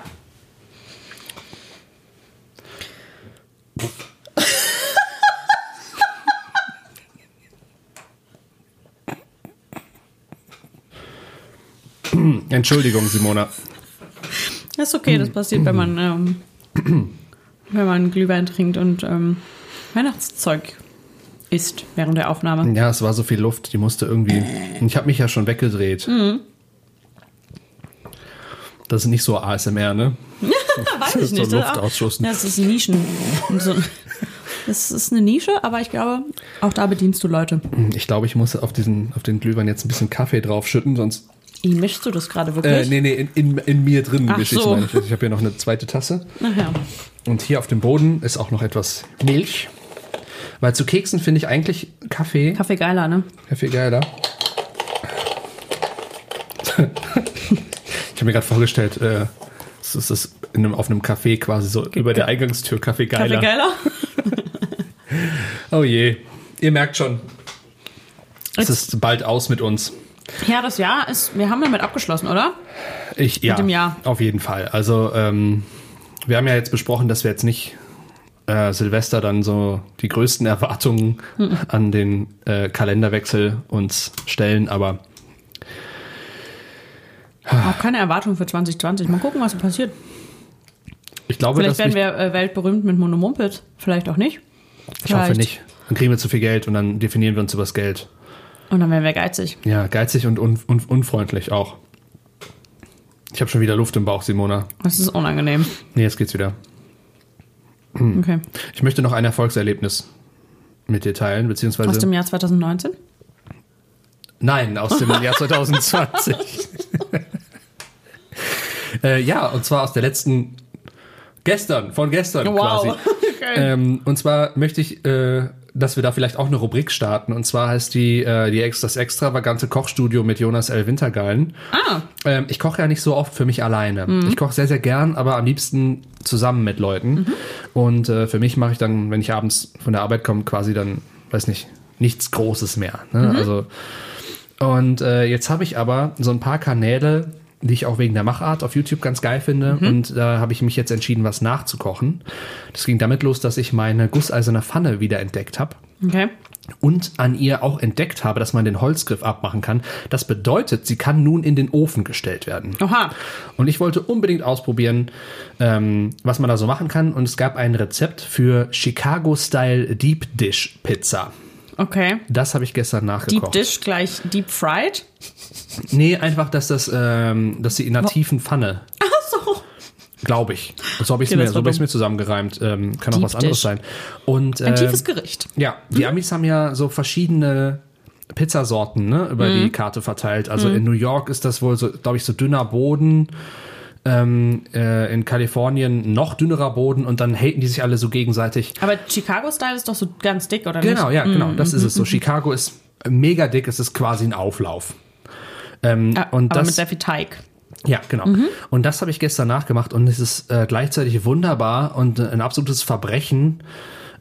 [SPEAKER 4] Entschuldigung, Simona. Mm.
[SPEAKER 3] Das ist okay, das passiert, wenn man ähm, wenn man Glühwein trinkt und ähm, Weihnachtszeug isst während der Aufnahme.
[SPEAKER 4] Ja, es war so viel Luft, die musste irgendwie. Und ich habe mich ja schon weggedreht. Das ist nicht so ASMR, ne?
[SPEAKER 3] Weiß
[SPEAKER 4] Das ist so
[SPEAKER 3] das-
[SPEAKER 4] Luftausschuss.
[SPEAKER 3] Ja, Das ist ein Nischen. Und so. Das ist eine Nische, aber ich glaube, auch da bedienst du Leute.
[SPEAKER 4] Ich glaube, ich muss auf, diesen, auf den Glühwein jetzt ein bisschen Kaffee draufschütten, sonst.
[SPEAKER 3] Wie mischst du das gerade
[SPEAKER 4] Äh,
[SPEAKER 3] wirklich?
[SPEAKER 4] nee, nee, in, in, in mir drin
[SPEAKER 3] Ach
[SPEAKER 4] mische ich
[SPEAKER 3] so.
[SPEAKER 4] meine ich. Ich habe hier noch eine zweite Tasse.
[SPEAKER 3] Ach ja.
[SPEAKER 4] Und hier auf dem Boden ist auch noch etwas Milch. Weil zu Keksen finde ich eigentlich Kaffee.
[SPEAKER 3] Kaffee geiler, ne?
[SPEAKER 4] Kaffee geiler. ich habe mir gerade vorgestellt, äh, es ist es in einem, auf einem Café quasi so über der Eingangstür Kaffee geiler.
[SPEAKER 3] Kaffee geiler?
[SPEAKER 4] Oh je. Ihr merkt schon, es ist bald aus mit uns.
[SPEAKER 3] Ja, das Jahr ist, wir haben damit abgeschlossen, oder?
[SPEAKER 4] Ich, ja,
[SPEAKER 3] dem Jahr.
[SPEAKER 4] Auf jeden Fall. Also, ähm, wir haben ja jetzt besprochen, dass wir jetzt nicht äh, Silvester dann so die größten Erwartungen an den äh, Kalenderwechsel uns stellen, aber
[SPEAKER 3] Auch keine Erwartung für 2020. Mal gucken, was passiert.
[SPEAKER 4] ich glaube,
[SPEAKER 3] Vielleicht
[SPEAKER 4] dass
[SPEAKER 3] werden wir äh, weltberühmt mit Monomumpet. Vielleicht auch nicht.
[SPEAKER 4] ich hoffe
[SPEAKER 3] Vielleicht.
[SPEAKER 4] nicht. Dann kriegen wir zu viel Geld und dann definieren wir uns über das Geld.
[SPEAKER 3] Und dann werden wir geizig.
[SPEAKER 4] Ja, geizig und un un unfreundlich auch. Ich habe schon wieder Luft im Bauch, Simona.
[SPEAKER 3] Das ist unangenehm.
[SPEAKER 4] Nee, jetzt geht's wieder. Hm.
[SPEAKER 3] Okay.
[SPEAKER 4] Ich möchte noch ein Erfolgserlebnis mit dir teilen, beziehungsweise.
[SPEAKER 3] Aus dem Jahr 2019?
[SPEAKER 4] Nein, aus dem Jahr 2020. äh, ja, und zwar aus der letzten gestern, von gestern quasi.
[SPEAKER 3] Okay.
[SPEAKER 4] Ähm, und zwar möchte ich, äh, dass wir da vielleicht auch eine Rubrik starten. Und zwar heißt die, äh, die Ex- das extravagante Kochstudio mit Jonas L. Wintergeilen.
[SPEAKER 3] Ah. Mhm.
[SPEAKER 4] Ähm, ich koche ja nicht so oft für mich alleine. Ich koche sehr, sehr gern, aber am liebsten zusammen mit Leuten.
[SPEAKER 3] Mhm.
[SPEAKER 4] Und äh, für mich mache ich dann, wenn ich abends von der Arbeit komme, quasi dann, weiß nicht, nichts Großes mehr. Ne?
[SPEAKER 3] Mhm.
[SPEAKER 4] Also und äh, jetzt habe ich aber so ein paar Kanäle, die ich auch wegen der Machart auf YouTube ganz geil finde.
[SPEAKER 3] Mhm.
[SPEAKER 4] Und da habe ich mich jetzt entschieden, was nachzukochen. Das ging damit los, dass ich meine gusseiserne Pfanne wieder entdeckt habe.
[SPEAKER 3] Okay.
[SPEAKER 4] Und an ihr auch entdeckt habe, dass man den Holzgriff abmachen kann. Das bedeutet, sie kann nun in den Ofen gestellt werden.
[SPEAKER 3] Oha.
[SPEAKER 4] Und ich wollte unbedingt ausprobieren, ähm, was man da so machen kann. Und es gab ein Rezept für Chicago-Style Deep Dish Pizza.
[SPEAKER 3] Okay.
[SPEAKER 4] Das habe ich gestern
[SPEAKER 3] Deep
[SPEAKER 4] nachgekocht.
[SPEAKER 3] Dish gleich Deep Fried.
[SPEAKER 4] Nee, einfach, dass das, ähm, dass sie in einer tiefen Pfanne. Ach so. Glaube ich. Und so habe ich es
[SPEAKER 3] Okay,
[SPEAKER 4] mir,
[SPEAKER 3] das
[SPEAKER 4] so
[SPEAKER 3] war
[SPEAKER 4] hab ich's
[SPEAKER 3] dumm.
[SPEAKER 4] mir zusammengereimt. Ähm, kann auch
[SPEAKER 3] Deep
[SPEAKER 4] was anderes
[SPEAKER 3] Dish.
[SPEAKER 4] sein. Und,
[SPEAKER 3] Ein
[SPEAKER 4] äh,
[SPEAKER 3] tiefes Mhm. Gericht.
[SPEAKER 4] Ja, die Amis haben ja so verschiedene Pizzasorten ne, über
[SPEAKER 3] Mhm.
[SPEAKER 4] die Karte verteilt. Also in New York ist das wohl so, glaube ich, so dünner Boden. Ähm, äh, in Kalifornien noch dünnerer Boden und dann haten die sich alle so gegenseitig.
[SPEAKER 3] Aber Chicago-Style ist doch so ganz dick, oder
[SPEAKER 4] Genau,
[SPEAKER 3] nicht?
[SPEAKER 4] ja, genau. Das
[SPEAKER 3] Mhm,
[SPEAKER 4] ist es so. Chicago ist mega dick, es ist quasi ein Auflauf. Ähm,
[SPEAKER 3] Ja,
[SPEAKER 4] und
[SPEAKER 3] Ah, aber
[SPEAKER 4] das-
[SPEAKER 3] mit sehr viel Teig.
[SPEAKER 4] Ja, genau. Und das habe ich gestern nachgemacht und es ist äh, gleichzeitig wunderbar und äh, ein absolutes Verbrechen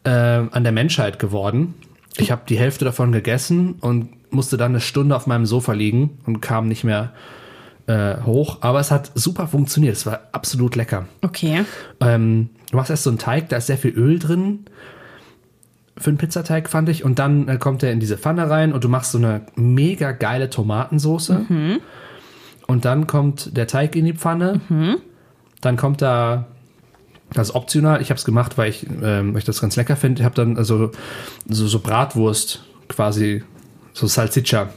[SPEAKER 4] äh, an der Menschheit geworden. Ich habe die Hälfte davon gegessen und musste dann eine Stunde auf meinem Sofa liegen und kam nicht mehr äh, hoch. Aber es hat super funktioniert. Es war absolut lecker.
[SPEAKER 3] Okay.
[SPEAKER 4] Ähm, du machst erst so einen Teig, da ist sehr viel Öl drin für einen Pizzateig, fand ich. Und dann äh, kommt er in diese Pfanne rein und du machst so eine mega geile Tomatensoße. Und dann kommt der Teig in die Pfanne.
[SPEAKER 3] Mhm.
[SPEAKER 4] Dann kommt da, das ist optional, ich habe es gemacht, weil ich, ähm, weil ich das ganz lecker finde. Ich habe dann also so, so Bratwurst quasi, so Salsiccia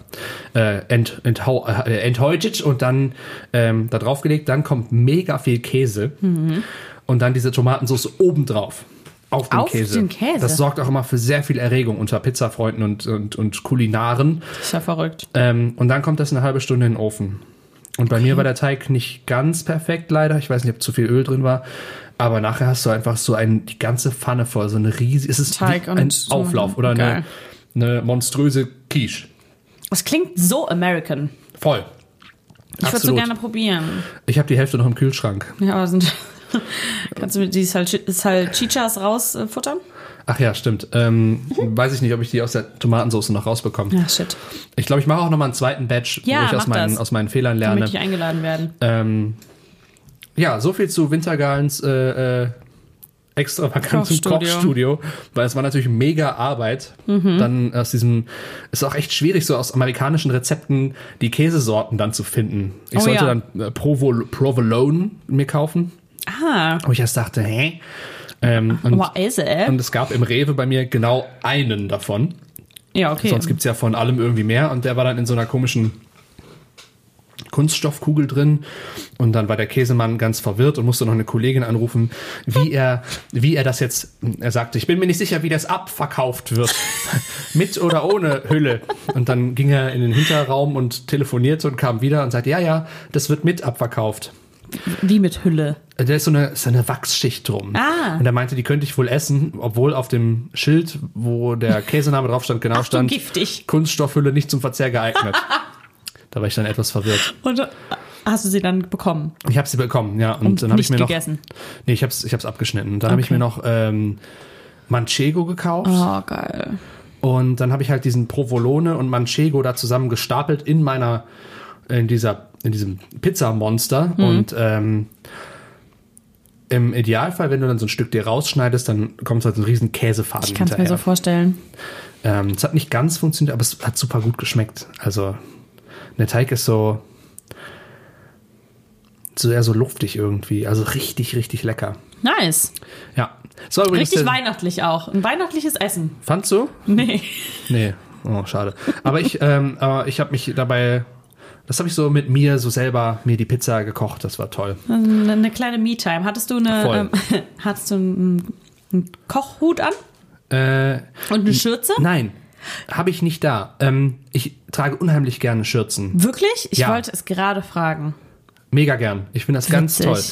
[SPEAKER 4] äh, ent, enthau, äh, enthäutet und dann ähm, da draufgelegt. Dann kommt mega viel Käse
[SPEAKER 3] Mhm.
[SPEAKER 4] und dann diese Tomatensauce obendrauf. Auf den,
[SPEAKER 3] Auf
[SPEAKER 4] Käse.
[SPEAKER 3] den Käse.
[SPEAKER 4] Das sorgt auch immer für sehr viel Erregung unter Pizzafreunden und, und, und Kulinaren.
[SPEAKER 3] Ist ja verrückt.
[SPEAKER 4] Ähm, und dann kommt das eine halbe Stunde in den Ofen. Und bei mir war der Teig nicht ganz perfekt, leider. Ich weiß nicht, ob zu viel Öl drin war. Aber nachher hast du einfach so ein, die ganze Pfanne voll, so eine riesige. Es ist
[SPEAKER 3] Teig
[SPEAKER 4] wie
[SPEAKER 3] und
[SPEAKER 4] ein
[SPEAKER 3] so- ne?
[SPEAKER 4] Auflauf oder
[SPEAKER 3] Geil.
[SPEAKER 4] eine, eine monströse Quiche.
[SPEAKER 3] Das klingt so American.
[SPEAKER 4] Voll.
[SPEAKER 3] Ich würde so
[SPEAKER 4] Absolut.
[SPEAKER 3] gerne probieren.
[SPEAKER 4] ich habe die Hälfte noch im Kühlschrank.
[SPEAKER 3] Ja, aber sind. Kannst du mir die Salchi Salchichas rausfuttern?
[SPEAKER 4] Ach ja, stimmt. Ähm, Weiß ich nicht, ob ich die aus der Tomatensauce noch rausbekomme.
[SPEAKER 3] Mhm. Ja, shit.
[SPEAKER 4] Ich glaube, ich mache auch noch mal einen zweiten Batch,
[SPEAKER 3] Ja,
[SPEAKER 4] wo ich
[SPEAKER 3] mach
[SPEAKER 4] aus meinen,
[SPEAKER 3] das.
[SPEAKER 4] aus meinen Fehlern
[SPEAKER 3] Damit
[SPEAKER 4] lerne.
[SPEAKER 3] ich eingeladen werden.
[SPEAKER 4] Ähm, ja, so viel zu Wintergahlens äh, äh, extravagantem
[SPEAKER 3] Kochstudio. Mhm.
[SPEAKER 4] Kochstudio, weil es war natürlich mega Arbeit. Dann aus diesem, ist auch echt schwierig, so aus amerikanischen Rezepten die Käsesorten dann zu finden. Ich
[SPEAKER 3] Oh
[SPEAKER 4] sollte
[SPEAKER 3] ja.
[SPEAKER 4] dann äh, Provo, Provolone mir kaufen,
[SPEAKER 3] Ah,
[SPEAKER 4] wo ich erst dachte, hä? Ähm, und,
[SPEAKER 3] Wow, ist er?
[SPEAKER 4] und es gab im Rewe bei mir genau einen davon.
[SPEAKER 3] Ja, okay.
[SPEAKER 4] Sonst gibt's ja von allem irgendwie mehr. Und der war dann in so einer komischen Kunststoffkugel drin. Und dann war der Käsemann ganz verwirrt und musste noch eine Kollegin anrufen, wie er, wie er das jetzt, er sagte, ich bin mir nicht sicher, wie das abverkauft wird. Mit oder ohne Hülle. Und dann ging er in den Hinterraum und telefonierte und kam wieder und sagte, ja, ja, das wird mit abverkauft.
[SPEAKER 3] Wie mit Hülle.
[SPEAKER 4] Äh, Da ist so eine, ist so eine Wachsschicht drum.
[SPEAKER 3] Ah.
[SPEAKER 4] Und er meinte, die könnte ich wohl essen, obwohl auf dem Schild, wo der Käsename drauf stand, genau
[SPEAKER 3] Achtung,
[SPEAKER 4] stand,
[SPEAKER 3] giftig.
[SPEAKER 4] Kunststoffhülle nicht zum Verzehr geeignet. da war ich dann etwas verwirrt.
[SPEAKER 3] Und äh, hast du sie dann bekommen?
[SPEAKER 4] Ich habe sie bekommen, ja. Und,
[SPEAKER 3] Und
[SPEAKER 4] dann habe ich
[SPEAKER 3] nicht
[SPEAKER 4] mir noch.
[SPEAKER 3] gegessen?
[SPEAKER 4] Nee, ich habe ich hab's abgeschnitten. Dann habe ich
[SPEAKER 3] Okay.
[SPEAKER 4] mir noch ähm, Manchego gekauft.
[SPEAKER 3] Oh, geil.
[SPEAKER 4] Und dann habe ich halt diesen Provolone und Manchego da zusammen gestapelt in meiner, in dieser, in diesem Pizzamonster.
[SPEAKER 3] Mhm.
[SPEAKER 4] Und ähm, im Idealfall, wenn du dann so ein Stück dir rausschneidest, dann kommt halt so ein riesen Käsefaden
[SPEAKER 3] Ich kann es mir so
[SPEAKER 4] hinterher.
[SPEAKER 3] vorstellen.
[SPEAKER 4] ähm, es hat nicht ganz funktioniert, aber es hat super gut geschmeckt. Also der Teig ist so, so eher so luftig irgendwie. Also richtig, richtig lecker.
[SPEAKER 3] Nice.
[SPEAKER 4] Ja. So, übrigens,
[SPEAKER 3] Richtig
[SPEAKER 4] der-
[SPEAKER 3] weihnachtlich auch. Ein weihnachtliches Essen.
[SPEAKER 4] Fandst du?
[SPEAKER 3] Nee.
[SPEAKER 4] Nee, oh, schade. Aber ich, ähm, aber ich habe mich dabei, das habe ich so mit mir so selber mir die Pizza gekocht. Das war toll.
[SPEAKER 3] Eine, eine kleine Me-Time. Hattest du eine.
[SPEAKER 4] Voll.
[SPEAKER 3] Ähm, hattest du einen, einen Kochhut an?
[SPEAKER 4] Äh,
[SPEAKER 3] Und eine Schürze?
[SPEAKER 4] nein, habe ich nicht da. Ähm, ich trage unheimlich gerne Schürzen,
[SPEAKER 3] Wirklich? Ich
[SPEAKER 4] Ja.
[SPEAKER 3] wollte es gerade fragen.
[SPEAKER 4] mega gern. Ich finde das ganz
[SPEAKER 3] Witzig.
[SPEAKER 4] toll.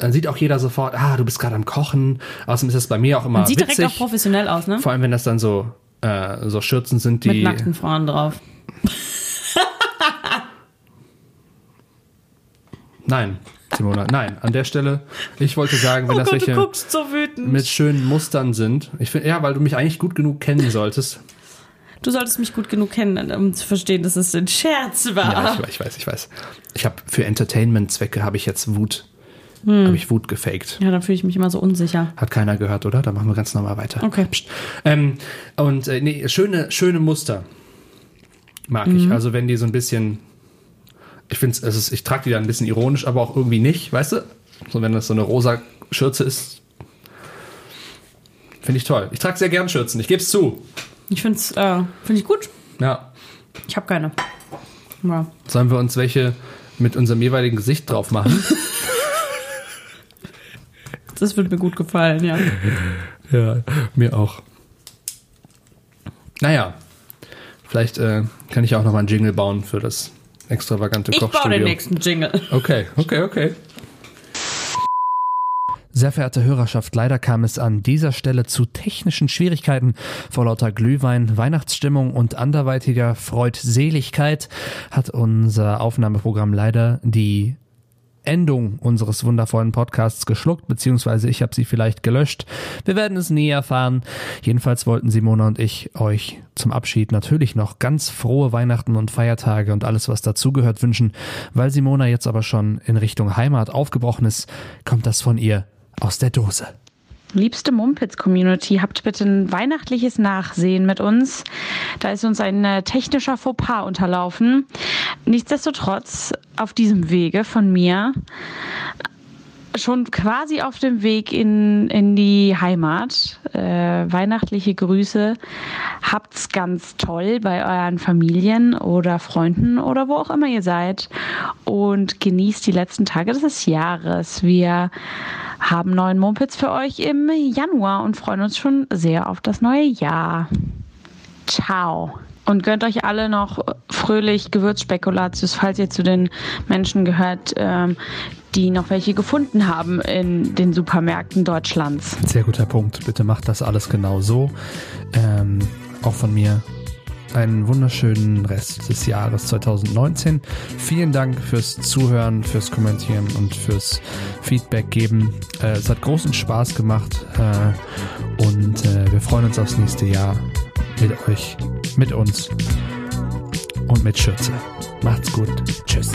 [SPEAKER 4] Dann sieht auch jeder sofort, ah, du bist gerade am Kochen. Außerdem ist das bei mir auch immer
[SPEAKER 3] Sieht
[SPEAKER 4] Ah, witzig.
[SPEAKER 3] direkt auch professionell aus, ne?
[SPEAKER 4] Vor allem, wenn das dann so äh, so Schürzen sind,
[SPEAKER 3] Mit
[SPEAKER 4] die
[SPEAKER 3] nackten Frauen drauf.
[SPEAKER 4] nein, Simona, nein. An der Stelle, ich wollte sagen, wenn
[SPEAKER 3] Oh
[SPEAKER 4] das
[SPEAKER 3] Gott, du
[SPEAKER 4] welche
[SPEAKER 3] guckst so wütend.
[SPEAKER 4] mit schönen Mustern sind. Ich finde, ja, weil du mich eigentlich gut genug kennen solltest.
[SPEAKER 3] Du solltest mich gut genug kennen, um zu verstehen, dass es ein Scherz war.
[SPEAKER 4] Ja, ich, weiß, ich weiß, ich weiß. Ich habe für Entertainment-Zwecke habe ich jetzt Wut. Habe ich Wut gefaked.
[SPEAKER 3] Ja, dann fühle ich mich immer so unsicher.
[SPEAKER 4] Hat keiner gehört, oder? Dann machen wir ganz normal weiter.
[SPEAKER 3] Okay.
[SPEAKER 4] Psst. Ähm, und äh, nee, schöne, schöne Muster mag ich. Also wenn die so ein bisschen, ich finde es, ist, ich trage die dann ein bisschen ironisch, aber auch irgendwie nicht, weißt du? So wenn das so eine rosa Schürze ist, finde ich toll. Ich trage sehr gern Schürzen. Ich gebe es zu.
[SPEAKER 3] Ich finde es äh, find ich gut.
[SPEAKER 4] Ja.
[SPEAKER 3] Ich habe keine. Ja.
[SPEAKER 4] Sollen wir uns welche mit unserem jeweiligen Gesicht drauf machen?
[SPEAKER 3] Das wird mir gut gefallen, ja.
[SPEAKER 4] Ja, mir auch. Naja, vielleicht äh, kann ich auch nochmal einen Jingle bauen für das extravagante
[SPEAKER 3] Ich baue
[SPEAKER 4] Kochstudio.
[SPEAKER 3] den nächsten Jingle.
[SPEAKER 4] Okay, okay, okay. Sehr verehrte Hörerschaft, leider kam es an dieser Stelle zu technischen Schwierigkeiten. Vor lauter Glühwein, Weihnachtsstimmung und anderweitiger Freudseligkeit hat unser Aufnahmeprogramm leider die Endung unseres wundervollen Podcasts geschluckt, beziehungsweise ich habe sie vielleicht gelöscht. Wir werden es nie erfahren. Jedenfalls wollten Simona und ich euch zum Abschied natürlich noch ganz frohe Weihnachten und Feiertage und alles, was dazugehört, wünschen. Weil Simona jetzt aber schon in Richtung Heimat aufgebrochen ist, kommt das von ihr aus der Dose.
[SPEAKER 8] Liebste Mumpitz-Community, habt bitte ein weihnachtliches Nachsehen mit uns. Da ist uns ein äh, technischer Fauxpas unterlaufen. Nichtsdestotrotz, auf diesem Wege von mir, schon quasi auf dem Weg in, in die Heimat, äh, weihnachtliche Grüße. Habt's ganz toll bei euren Familien oder Freunden oder wo auch immer ihr seid und genießt die letzten Tage des Jahres. Wir haben neuen Mumpitz für euch im Januar und freuen uns schon sehr auf das neue Jahr. Ciao. Und gönnt euch alle noch fröhlich Gewürzspekulatius, falls ihr zu den Menschen gehört, ähm, die noch welche gefunden haben in den Supermärkten Deutschlands.
[SPEAKER 4] Sehr guter Punkt. Bitte macht das alles genau so. Ähm, auch von mir einen wunderschönen Rest des Jahres 2019. Vielen Dank fürs Zuhören, fürs Kommentieren und fürs Feedback geben. Äh, es hat großen Spaß gemacht äh, und äh, wir freuen uns aufs nächste Jahr mit euch, mit uns und mit Schürze. Macht's gut. Tschüss.